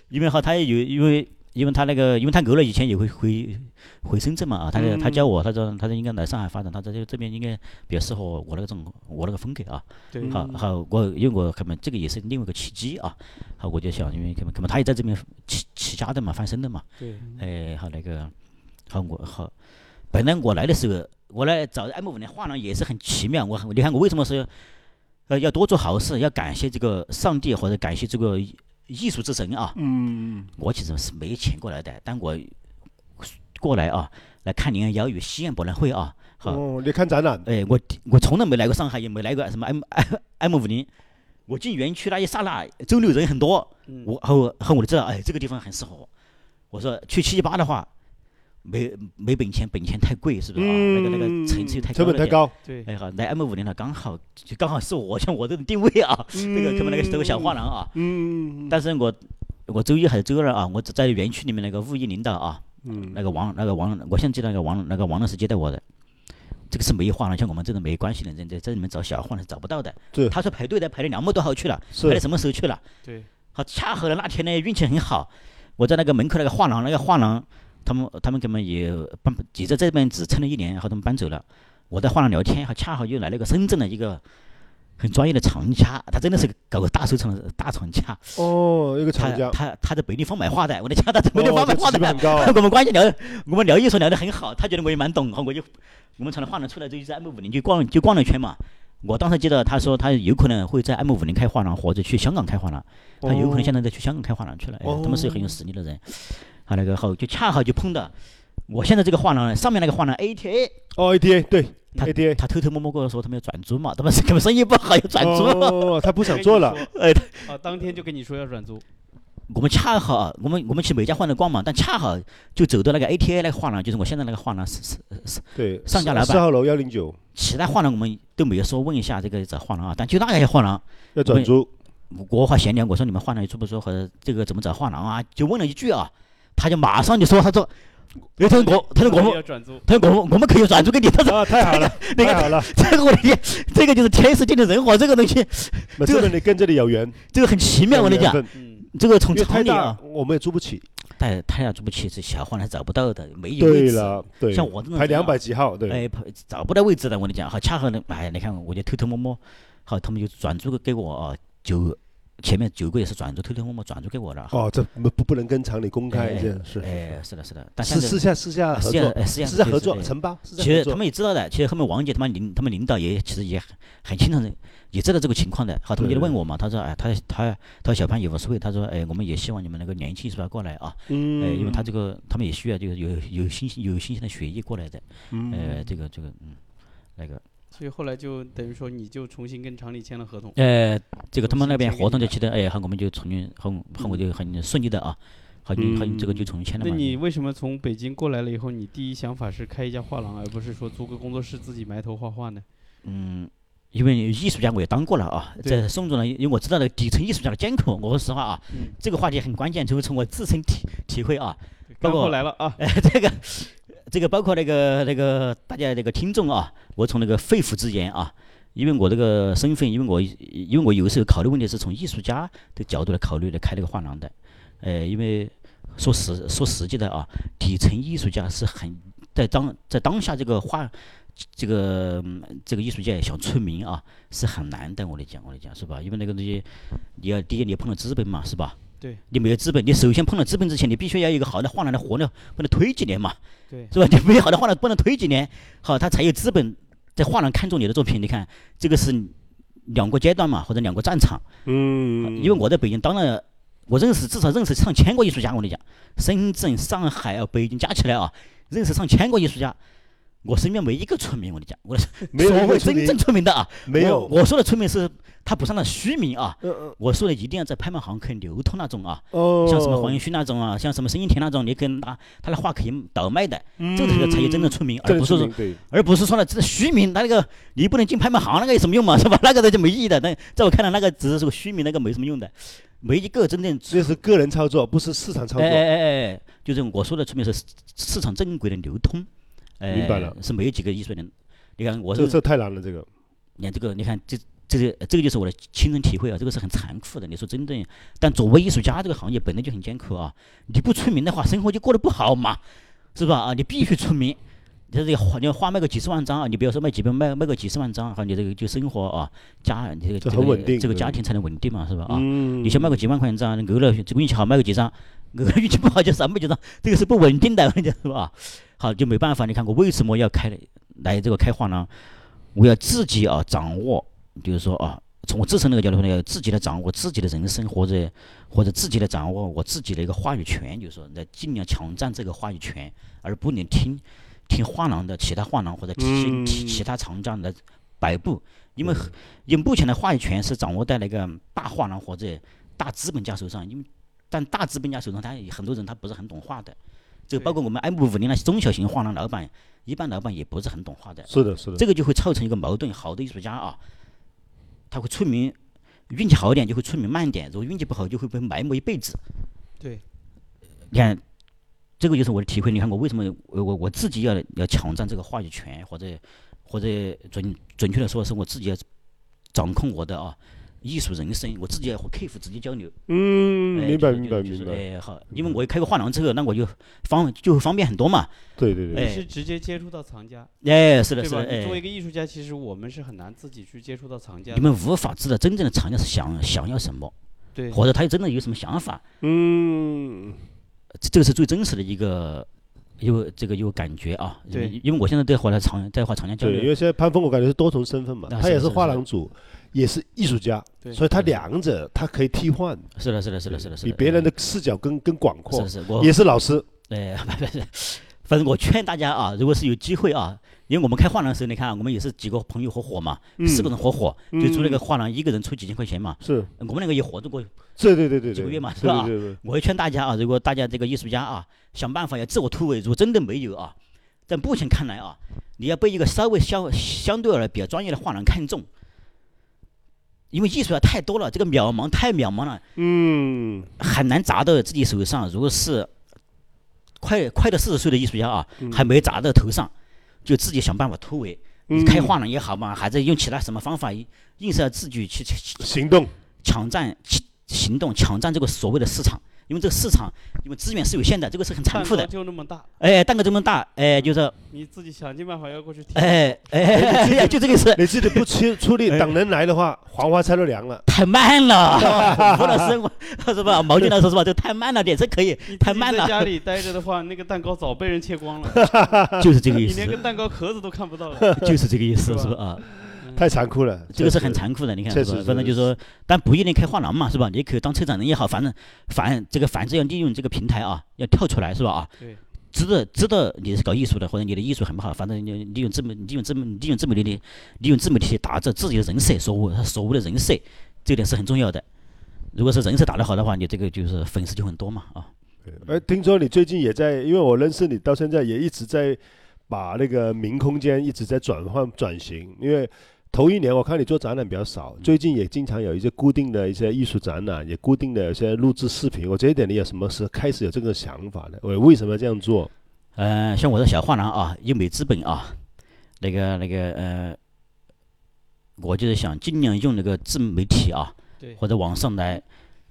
C: 因为好，他也有，因为因为他那个，因为他偶尔以前也会回回深圳嘛啊，他就他教我，他说他说应该来上海发展，他说这这边应该比较适合我那种我那个风格啊。
A: 对，
C: 好好，我因为我可能这个也是另外一个契机啊，好我就想，因为可能可能他也在这边起起家的嘛，翻身的嘛，
A: 对，
C: 哎，好那个，好我好，本来我来的时候，我来找 M 五零画廊也是很奇妙。我很你看我为什么说，呃，要多做好事，要感谢这个上帝或者感谢这个艺艺术之神啊。 (laughs)
B: 嗯，
C: 我其实是没钱过来的，但我过来啊，来看林瑶与西安博览会啊，好，
B: 哦，你看展览，
C: 哎，我我从来没来过上海，也没来过什么 M M 五零。我进园区那一刹那，周六人很多，
A: 嗯
C: 我和我和我就知道，哎，这个地方很适合我。我说去七一八的话，没没本钱，本钱太贵，是不是啊？那个那个层次又太高
B: 嗯成
C: 了
B: 本太
C: 点。
B: 高，
A: 对，
C: 哎好，来 M 五零了，刚好就刚好是我像我这种定位啊，那个可能那个是个小画廊啊。
B: 嗯，
C: 但是我我周一还是周二啊，我只在园区里面那个物业领导啊，
B: 嗯
C: 那个王那个王，我现在记得那个王那个王老师接待我的。这个是没画廊，像我们这种没关系的人，在这里面找小画廊是找不到的。
B: 对
C: 他说排队的排了两个多号去了，
B: 是
C: 排到什么时候去了？
A: 对，
C: 好，恰好呢那天呢运气很好，我在那个门口那个画廊，那个画廊他们他们根本也搬也在这边只撑了一年，然后他们搬走了。我在画廊聊天，还恰好又来了一个深圳的一个很专业的藏家，他真的是搞个大收藏的大藏家，
B: 哦，一个
C: 他
B: 厂家，
C: 他他在北立方买画的，我的家他在
B: 哦
C: 北立方买
B: 这
C: 画
B: 成
C: 的，
B: 本很高啊，
C: (laughs) 我们关系聊，我们聊艺术聊得很好，他觉得我也蛮懂，然后我就我们从那画廊出来之后，就在 M 五零就逛就逛了一圈嘛。我当时记得他说他有可能会在 M 五零开画廊，或者去香港开画廊，
B: 哦
C: 他有可能现在在去香港开画廊去了。哎他们是很有实力的人。他那个后就恰好就碰到我现在这个画廊上面那个画廊 ATA，
B: 哦，ATA 对
C: 他
B: ，ATA
C: 他偷偷摸摸跟我说他们要转租嘛，他们是根本生意不好要转租。
B: 哦，他不想做
C: (laughs)
B: 了，
C: 哎，
A: 啊，当天就跟你说要转租，
C: 我们恰好啊，我们我们去每家画廊逛嘛，但恰好就走到那个 ATA 那个画廊，就是我现在那个画廊是是
B: 对，
C: 上家老板
B: 四号楼幺零九
C: 其他画廊我们都没有说问一下这个找画廊啊，但就那个画廊，
B: 要转租，
C: (laughs) 我还闲聊，我说你们画廊有租不租或者这个怎么找画廊啊？就问了一句啊，他就马上就说，他说，哎，他说我，他说我们，
A: 要转租，
C: 他说我们我们可以转租给你，他说
B: 啊，太好了，
C: (laughs) 那
B: 太
C: 个
B: 好了，
C: 这个我的天，这个就是天时地利人和，这个东西，
B: 那
C: 这
B: 证
C: 个
B: 明你跟这里有缘，
C: 这个很奇妙，我跟
B: 有缘
C: 你讲，
B: 分，
A: 嗯，
C: 这个从
B: 因为
C: 常
B: 太
C: 理
B: 大
C: 啊，，
B: 我们也租不起，
C: 但太阳租不起，这小画廊找不到的，没有位
B: 对
C: 置，
B: 了，对，
C: 像我这种
B: 排
C: 人啊
B: 两百几号，对，
C: 哎，找不到位置了，我跟你讲，好，恰好呢，哎呀，你看我就偷偷摸摸，好，他们就转租给我啊，九前面九个也是转租，偷偷摸摸转租给我了。好
B: 哦，这不不不能跟厂里公开，
C: 哎
B: 这样是
C: 哎，是的，是的，但
B: 私
C: 现
B: 私
C: 在
B: 下私下
C: 啊
B: 合
C: 私下
B: 作，
C: 哎私下
B: 私下
C: 合
B: 合
C: 作
B: 作，
C: 哎
B: 承包，私下
C: 其
B: 合
C: 实他
B: 作，
C: 们也知道的，其实后面王姐他们领他们领导也其实也很很清楚的，也知道这个情况的。好，他们
B: 对
C: 就问我嘛，他说哎，他他他说小潘也无所谓，他说哎，我们也希望你们能够年轻是吧过来啊，
B: 嗯
C: 哎，因为他这个他们也需要就是有有新鲜有新鲜的血液过来的，呃，这个这个嗯，那个。
A: 所以后来就等于说你就重新跟厂里签了合同，
C: 呃，这个他
A: 重
C: 们
A: 新
C: 那边
A: 签给
C: 合
A: 你
C: 同就
A: 了
C: 签的，哎，好，我们就重新，好，好，我就很顺利的啊，好，就好，这个就重新签了
A: 那
C: 嘛。
A: 你为什么从北京过来了以后，你第一想法是开一家画廊，而不是说租个工作室自己埋头画画呢？
C: 嗯，因为艺术家我也当过了啊，
A: 对
C: 在宋总呢，因为我知道那个底层艺术家的艰苦。我说实话啊，这个话题很关键，就是从我自身体体会啊，包
A: 干
C: 括
A: 货来了啊，
C: 哎，这个这个包括那个那个大家那个听众啊，我从那个肺腑之言啊，因为我这个身份，因为我因为我有时候考虑问题是从艺术家的角度来考虑来开这个画廊的，呃，因为说实说实际的啊，底层艺术家是很在当在当下这个画。这个嗯这个艺术界想出名啊是很难的，我来讲，我来讲是吧？因为那个东西，你要第一你要碰到资本嘛，是吧？
A: 对，
C: 你没有资本，你首先碰到资本之前，你必须要有一个好的画廊的活呢，不能推几年嘛，
A: 对，
C: 是吧？你没有好的画廊，不能推几年，好，他才有资本在画廊看中你的作品。你看，这个是两个阶段嘛，或者两个战场。
B: 嗯，
C: 因为我在北京，当然我认识至少认识上千个艺术家，我跟你讲，深圳、上海啊、北京加起来啊，认识上千个艺术家。我身边没一个出名，我跟你讲，我
B: 没有
C: 所
B: 一个
C: 谓
B: 村
C: 真正
B: 民，
C: 出名的啊，
B: 没
C: 我
B: 有，
C: 我说的出名是他不是那虚名啊，
B: 嗯嗯
C: 我说的一定要在拍卖行可以流通那种啊，
B: 哦，
C: 像什么黄仁勋那种啊，像什么沈映田那种，你可以拿他的画可以倒卖的，
B: 嗯
C: 这个才才有真正出名，而
B: 真
C: 不是说
B: 对，
C: 而不是说呢，这虚名，他那个你不能进拍卖行，那个有什么用嘛，是吧？那 (laughs) 个就没意义的。但在我看来，那个只是个虚名，那个没什么用的，没一个真正出
B: 这是个人操作，不是市场操
C: 哎哎
B: 作，
C: 哎哎哎，就是我说的出名是市市场正规的流通，哎、
B: 明白了
C: 是没有几个艺术人。你看我
B: 这
C: 是
B: 这太难了，这个
C: 你看这个，你看这这个这个就是我的亲身体会啊，这个是很残酷的。你说真正，但作为艺术家这个行业本来就很艰苦啊，你不出名的话，生活就过得不好嘛，是吧？啊，你必须出名。你这个画，你画卖个几十万张啊！你不要说卖几百，卖卖个几十万张，哈，你这个就生活啊，家你这个
B: 这
C: 这
B: 很
C: 个
B: 稳定
C: 这个
B: 对
C: 家庭才能稳定嘛，是吧？啊，
B: 嗯
C: 你先卖个几万块钱一张，偶尔这个运气好卖个几张，偶尔运气不好就少卖几张，这个是不稳定的，你知道吧？好，就没办法。你看我为什么要开来这个开画廊？我要自己啊掌握，就是说啊，从我自身那个角度呢，要自己来掌握自己的人生，或者或者自己来掌握我自己的一个话语权，就是说，来尽量抢占这个话语权，而不能听听画廊的其他画廊或者听其
B: 嗯
C: 其他厂家来摆布，因为因为目前的话语权是掌握在那个大画廊或者大资本家手上，因为但大资本家手上，他很多人他不是很懂画的，这个包括我们 M 五零那些中小型画廊老板，一般老板也不是很懂画的，
B: 是的，是的，
C: 这个就会造成一个矛盾。好的艺术家啊，他会出名，运气好一点就会出名慢一点，如果运气不好就会被埋没一辈子。
A: 对，
C: 你看，这个就是我的体会。你看我为什么我我我自己要要抢占这个话语权，或者或者准准确的说是我自己要掌控我的啊艺术人生，我自己要和客户直接交流。
B: 嗯，
C: 哎
B: 明白，
C: 就是
B: 明白，
C: 就是
B: 明白，
C: 哎，好，因为我开个画廊之后，那我就方就会方便很多嘛。
B: 对对
A: 你
B: 对，
C: 哎
A: 是直接接触到藏家，
C: 哎，是的，
A: 对
C: 是
A: 吧？
C: 的，
A: 你作为一
C: 哎，
A: 个艺术家，其实我们是很难自己去接触到藏家
C: 你
A: 的。
C: 们无法知道真正的藏家是想想要什么，
A: 对，
C: 或者他真的有什么想法，
B: 嗯，
C: 这这个是最真实的一个。有这个有感觉啊，
A: 对
C: 因为我现在在和他长在和长江交
B: 对，因
C: 流，
B: 为现在潘峰我感觉是多重身份嘛，
C: 那
B: 他
C: 啊是
B: 也
C: 的
B: 是
C: 是的
B: 画
C: 是的
B: 廊主，也是艺术家，
A: 对
B: 所以他
C: 对
B: 两者他可以替换，
C: 是的，是的，是的，是的，是
B: 比
C: 的，
B: 别人
C: 的
B: 的视角更更广
C: 是
B: 阔
C: 的，，是的我
B: 也是老师，
C: 哎，不不是，反正我劝大家啊，如果是有机会啊，因为我们开画廊的时候，你看啊我们也是几个朋友合伙嘛，
B: 嗯
C: 四个人合伙，就租了个画廊，一个人出几千块钱嘛。
B: 是，
C: 我们两个也合作过，
B: 对对对对对，
C: 几个月嘛是
B: 对
C: 吧
B: 对对对，
C: 我会劝大家啊，如果大家这个艺术家啊，想办法要自我突围，如果真的没有啊，在目前看来啊，你要被一个稍微相相对而来比较专业的画廊看中，因为艺术家太多了，这个渺茫太渺茫了，
B: 嗯，
C: 很难砸到自己手上。如果是快快到四十岁的艺术家啊，还没砸到头上，就自己想办法突围。你开
B: 嗯
C: 画廊也好嘛，还是用其他什么方法，硬是要自己去去去
B: 行
C: (laughs)
B: 动，
C: 抢占、去行动、抢占这个所谓的市场。因为这个市场，因为资源是有限的，这个是很残
A: 蛋
C: 酷
A: 糕
C: 的。
A: 就那么大，
C: 哎，蛋糕这么大，哎，就是，
A: 你自己想尽办法要过去踢。
C: 哎哎 (laughs) 哎，哎就这个事，
B: 你自己不出出力，
C: 哎
B: 等人来的话，黄花菜都凉了，
C: 太慢了。吴老师，我 (laughs) 是吧？毛军老师是吧？这太慢了点，这可以，
A: 你自
C: 太
A: 己
C: 慢
A: 在
C: 了，
A: 家里待着的话，那个蛋糕早被人切光了，
C: 就是这个意
A: 你
C: 思
A: 连，个蛋糕壳子都看不到
C: (laughs)
A: 了。
C: 就是这个意
A: 是
C: 思，
A: 吧 (laughs)
C: 是吧？啊。
A: 嗯
B: 太残酷了，
C: 这个
B: 确
C: 是
B: 实
C: 很，残酷的，你看
B: 确
C: 是吧
B: 实？
C: 反正
B: 是
C: 就是说，但不一定开画廊嘛，是吧？你可以当车展人也好，反正反这个反正要利用这个平台啊，要跳出来是吧？啊，
A: 对，
C: 知道知道你是搞艺术的，或者你的艺术很不好，反正你利用自媒利用自媒利用自媒体的利用自媒体打造自己的人设，所谓所谓的人设，这点是很重要的。如果是人设打得好的话，你这个就是粉丝就很多嘛啊。
B: 哎，听说你最近也在，因为我认识你到现在也一直在把那个明空间一直在转换转型，因为头一年我看你做展览比较少，
C: 嗯
B: 最近也经常有一些固定的一些艺术展览，也固定的有些录制视频，我这一点你有什么是开始有这个想法的？我为什么要这样做？
C: 呃，像我的小画廊啊，优美资本啊，那个那个呃，我就是想尽量用那个自媒体啊，
A: 对，
C: 或者网上来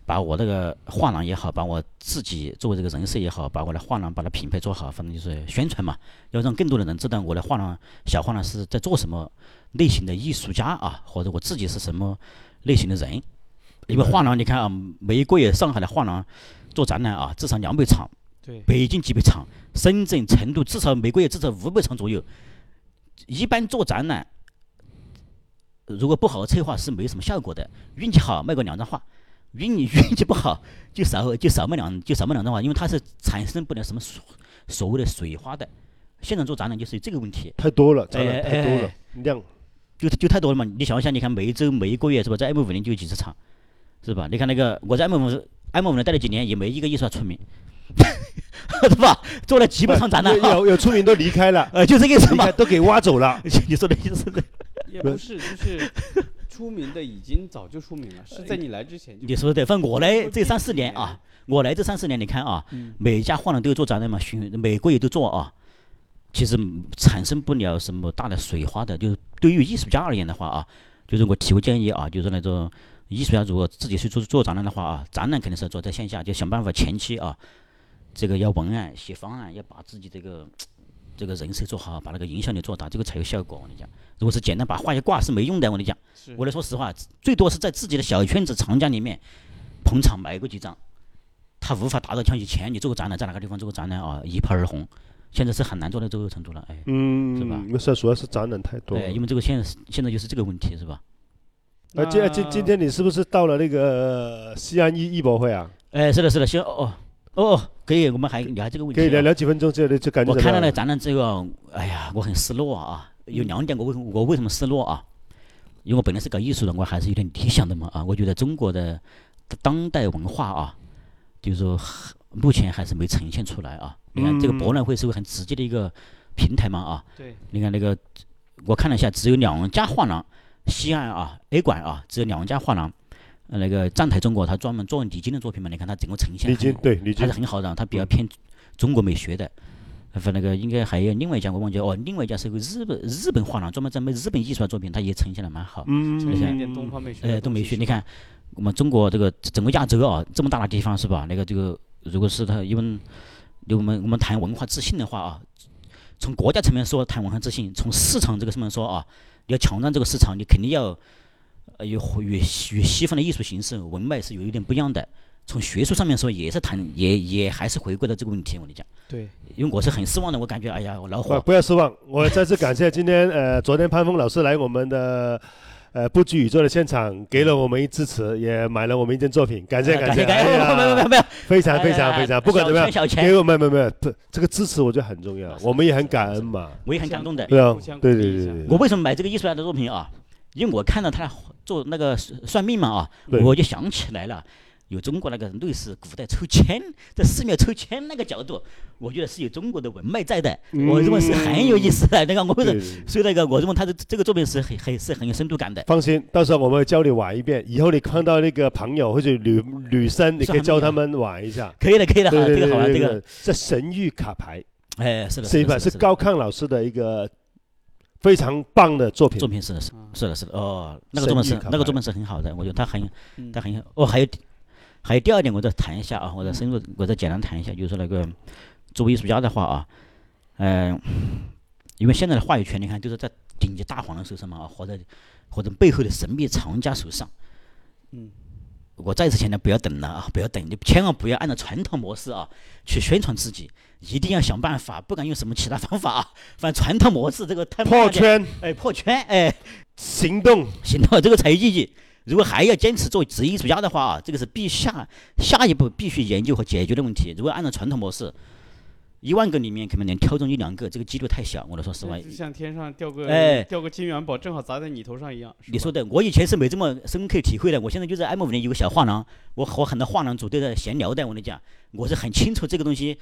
C: 把我那个画廊也好，把我自己作为这个人设也好，把我的画廊把它品牌做好，反正就是宣传嘛，要让更多的人知道我的画廊小画廊是在做什么类型的艺术家啊，或者我自己是什么类型的人。因为画廊，你看啊，每个月上海的画廊做展览啊，至少两百场，
A: 对，
C: 北京几百场，深圳、成都至少每个月至少五百场左右。一般做展览，如果不好好策划是没什么效果的。运气好卖个两张画，运 (laughs) 运气不好就少就少卖两就少卖两张画，因为它是产生不了什么所所谓的水花的。现场做展览就是有这个问题，
B: 太多了，展览
C: 哎
B: 太多了
C: 哎，
B: 你这样
C: 就就太多了嘛。你想一下，你看每一周每一个啊月是吧，在 M 五零就有几十场，是吧？你看那个我在 M 五 M 五零待了几年，也没一个艺术家出名， (laughs) 是吧？做了几百场展啊览，
B: 有有有出名都离开了
C: (laughs) ，呃，就这个意思
B: 离
C: 嘛
B: 开。都给挖走了。
C: (laughs) 你说的意思是，
A: 也不是，
C: (laughs)
A: 就是出名的已经早就出名了，是在你来之前就。
C: 哎你说的对。反正我来这三四年啊，我来这三四年，你看啊，
A: 嗯，
C: 每家画廊都有做展览嘛，巡每个月都做啊。其实嗯产生不了什么大的水花的，就是对于艺术家而言的话啊，就是我提个建议啊，就是那种艺术家如果自己去做做展览的话啊，展览肯定是要做在线下，就想办法前期啊，这个要文案、写方案，要把自己这个这个人设做好，把那个影响力做大，这个才有效果。我跟你讲，如果是简单把画一挂是没用的，我跟你讲。
A: 是
C: 我来说实话，最多是在自己的小圈子、长家里面捧场买过几张，他无法达到像以前你做个展览，在哪个地方做个展览啊，一炮而红，现在是很难做到这个程度了，哎，
B: 嗯，
C: 是吧哎
B: 那是主要是展览太多了。
C: 对，因为这个现在现在就是这个问题是吧？
B: 那呃今今今天你是不是到了那个呃西安艺艺博会啊？
C: 哎，是的，是的，先哦哦哦，可以，我们还聊这个问题、
B: 可以聊。聊几分钟，这里就感觉
C: 我
B: 怎么
C: 看到
B: 样
C: 那个展览之后，哎呀，我很失落啊，有两点我为什么我为什么失落啊？因为我本来是搞艺术的，我还是有点理想的嘛啊，我觉得中国的当代文化啊，就是说目前还是没呈现出来啊。你看这个
B: 嗯
C: 博览会是个很直接的一个平台嘛啊，
A: 对，
C: 你看那个，我看了一下，只有两家画廊，西岸啊 A 馆啊，只有两家画廊。呃那个站台中国，它专门做李菁的作品嘛，你看它整个呈现
B: 李
C: 很
B: 菁对李菁
C: 还是，很好的，它比较偏中国美学的。反那个应该还有另外一家，我忘记了哦，另外一家是个日本日本画廊，专门在卖日本艺术的作品，它也呈现的蛮好。
B: 嗯
A: 呈现一点东方美学的东
C: 呃，
A: 西，
C: 都没去。你
A: 是吧
C: 看，我们中国这个整个亚洲啊，这么大的地方是吧？那个这个，如果是他，因为就我们我们谈文化自信的话啊，从国家层面说谈文化自信，从市场这个层面说啊，你要抢占这个市场，你肯定要呃有与与西方的艺术形式文脉是有一点不一样的。从学术上面说，也是谈，也也还是回归到这个问题。我跟你讲，
A: 对，
C: 因为我是很失望的，我感觉哎呀，我恼火
B: 不。不要失望，我再次感谢今天呃，昨天潘峰老师来我们的呃布局宇宙的现场，给了我们一支持，也买了我们一件作品，感谢
C: (laughs) 哎感
B: 谢，
C: 感谢，
B: 哎呀
C: 没有没有没有，
B: 非常非常
C: 哎
B: 非常，不管怎么样，
C: 小钱小啊钱，
B: 给我们没有没有，不这个支持我觉得很重要，我们也很感恩嘛，
C: 我也很感动的。
B: 对啊
A: 互相，鼓
B: 对
A: 励
B: 对
A: 一
B: 对
A: 下
B: 对
C: 我
B: 对，
C: 为什么买这个艺术家的作品啊？因为我看到他做那个算算命嘛啊，
B: 对
C: 我就想起来了，有中国那个类似古代抽签，在寺庙抽签那个角度，我觉得是有中国的文脉在的，我认为是很有意思的。那个我为
B: 嗯对
C: 什
B: 对对
C: (laughs) 所以那个我认为他的这个作品是很很是很有深度感的。
B: 放心，到时候我们会教你玩一遍，以后你碰到那个朋友或者女女生，你可以教他们玩一下。
C: 可以的，可以的
B: 对
C: 哈，
B: 对
C: 啊这
B: 对
C: 个好玩，
B: 对
C: 这
B: 对
C: 个，
B: 这神谕卡牌
C: 哎，是的，
B: 是一
C: 是
B: 本
C: 的，
B: 是
C: 的
B: 高亢老师的一个非常棒的作品
C: 作。品，是的，是的
A: 啊
C: 是的，是的，哦，那个作品
B: 神
C: 是
B: 谕卡
C: 那个
B: 牌
C: 作品是很好的，我觉得他很
A: 嗯
C: 但很有哦，还有还有第二点，我再谈一下啊，我再深入，
A: 嗯
C: 我再简单谈一下，就是说那个作为艺术家的话啊，嗯、因为现在的话语权，你看就是在顶级大皇的手上嘛，啊或者或者背后的神秘藏家手上。
A: 嗯，
C: 我再次强调，不要等了啊，不要等，你千万不要按照传统模式啊去宣传自己，一定要想办法，不管用什么其他方法啊，反正传统模式这个太
B: 破，圈
C: 哎，破圈，哎，
B: 行动，
C: 行了，这个才有意义。如果还要坚持做职业艺术家的话啊，这个是必下下一步必须研究和解决的问题。如果按照传统模式，一万个里面可能能挑中一两个，这个几率太小。我来说实话
A: 这，就像天上掉个
C: 哎
A: 掉个金元宝，正好砸在你头上一样。是
C: 你
A: 吧
C: 说的，我以前是没这么深刻体会的。我现在就在 M 五零有个小画廊，我和很多画廊主都在闲聊的。我跟你讲，我是很清楚这个东西，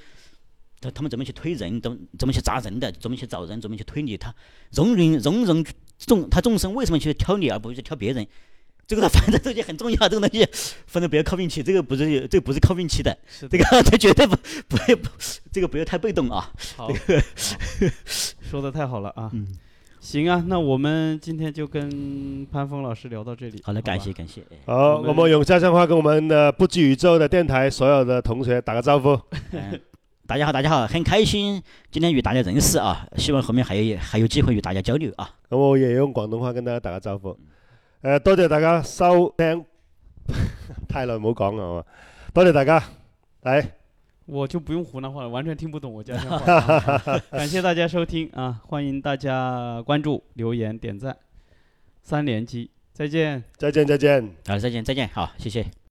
C: 他他们怎么去推人，怎么怎么去砸人的，怎么去找人，怎么去推理他，容忍容忍众他众生为什么去挑你而不是去挑别人？这个反正这些很重要，这个东西反正不要靠运气，这个不是这个不是靠运气的，
A: 是
C: 这
A: 的，
C: 个 (laughs) 这绝对不不会不这个不要太被动啊。
A: 好， (laughs) 说的太好了啊。
C: 嗯，
A: 行啊，那我们今天就跟潘峰老师聊到这里。
C: 好了，感
A: 吧
C: 谢。感谢，哎
B: 好，
A: 我
B: 我
A: 们
B: 们用家乡话跟我们的不拘宇宙的电台所有的同学打个招
C: (laughs)
B: 呼。
C: 嗯，大家好，大家好，很开心今天与大家认识啊，希望后面还有还有机会与大家交流啊。
B: 咁我也用廣東話跟大家打個招呼。誒、
C: 嗯
B: 呃多謝大家收聽， (laughs) 太耐冇講啦，係嘛？多謝大家，嚟
A: 我就不用湖南话了，完全听不懂我家乡话啊、
C: (laughs)
A: 感谢大家收听啊，欢迎大家关注、留言、点赞，三连击，再见。
B: 再見，再見。
C: 好，再见，再见，好，谢谢。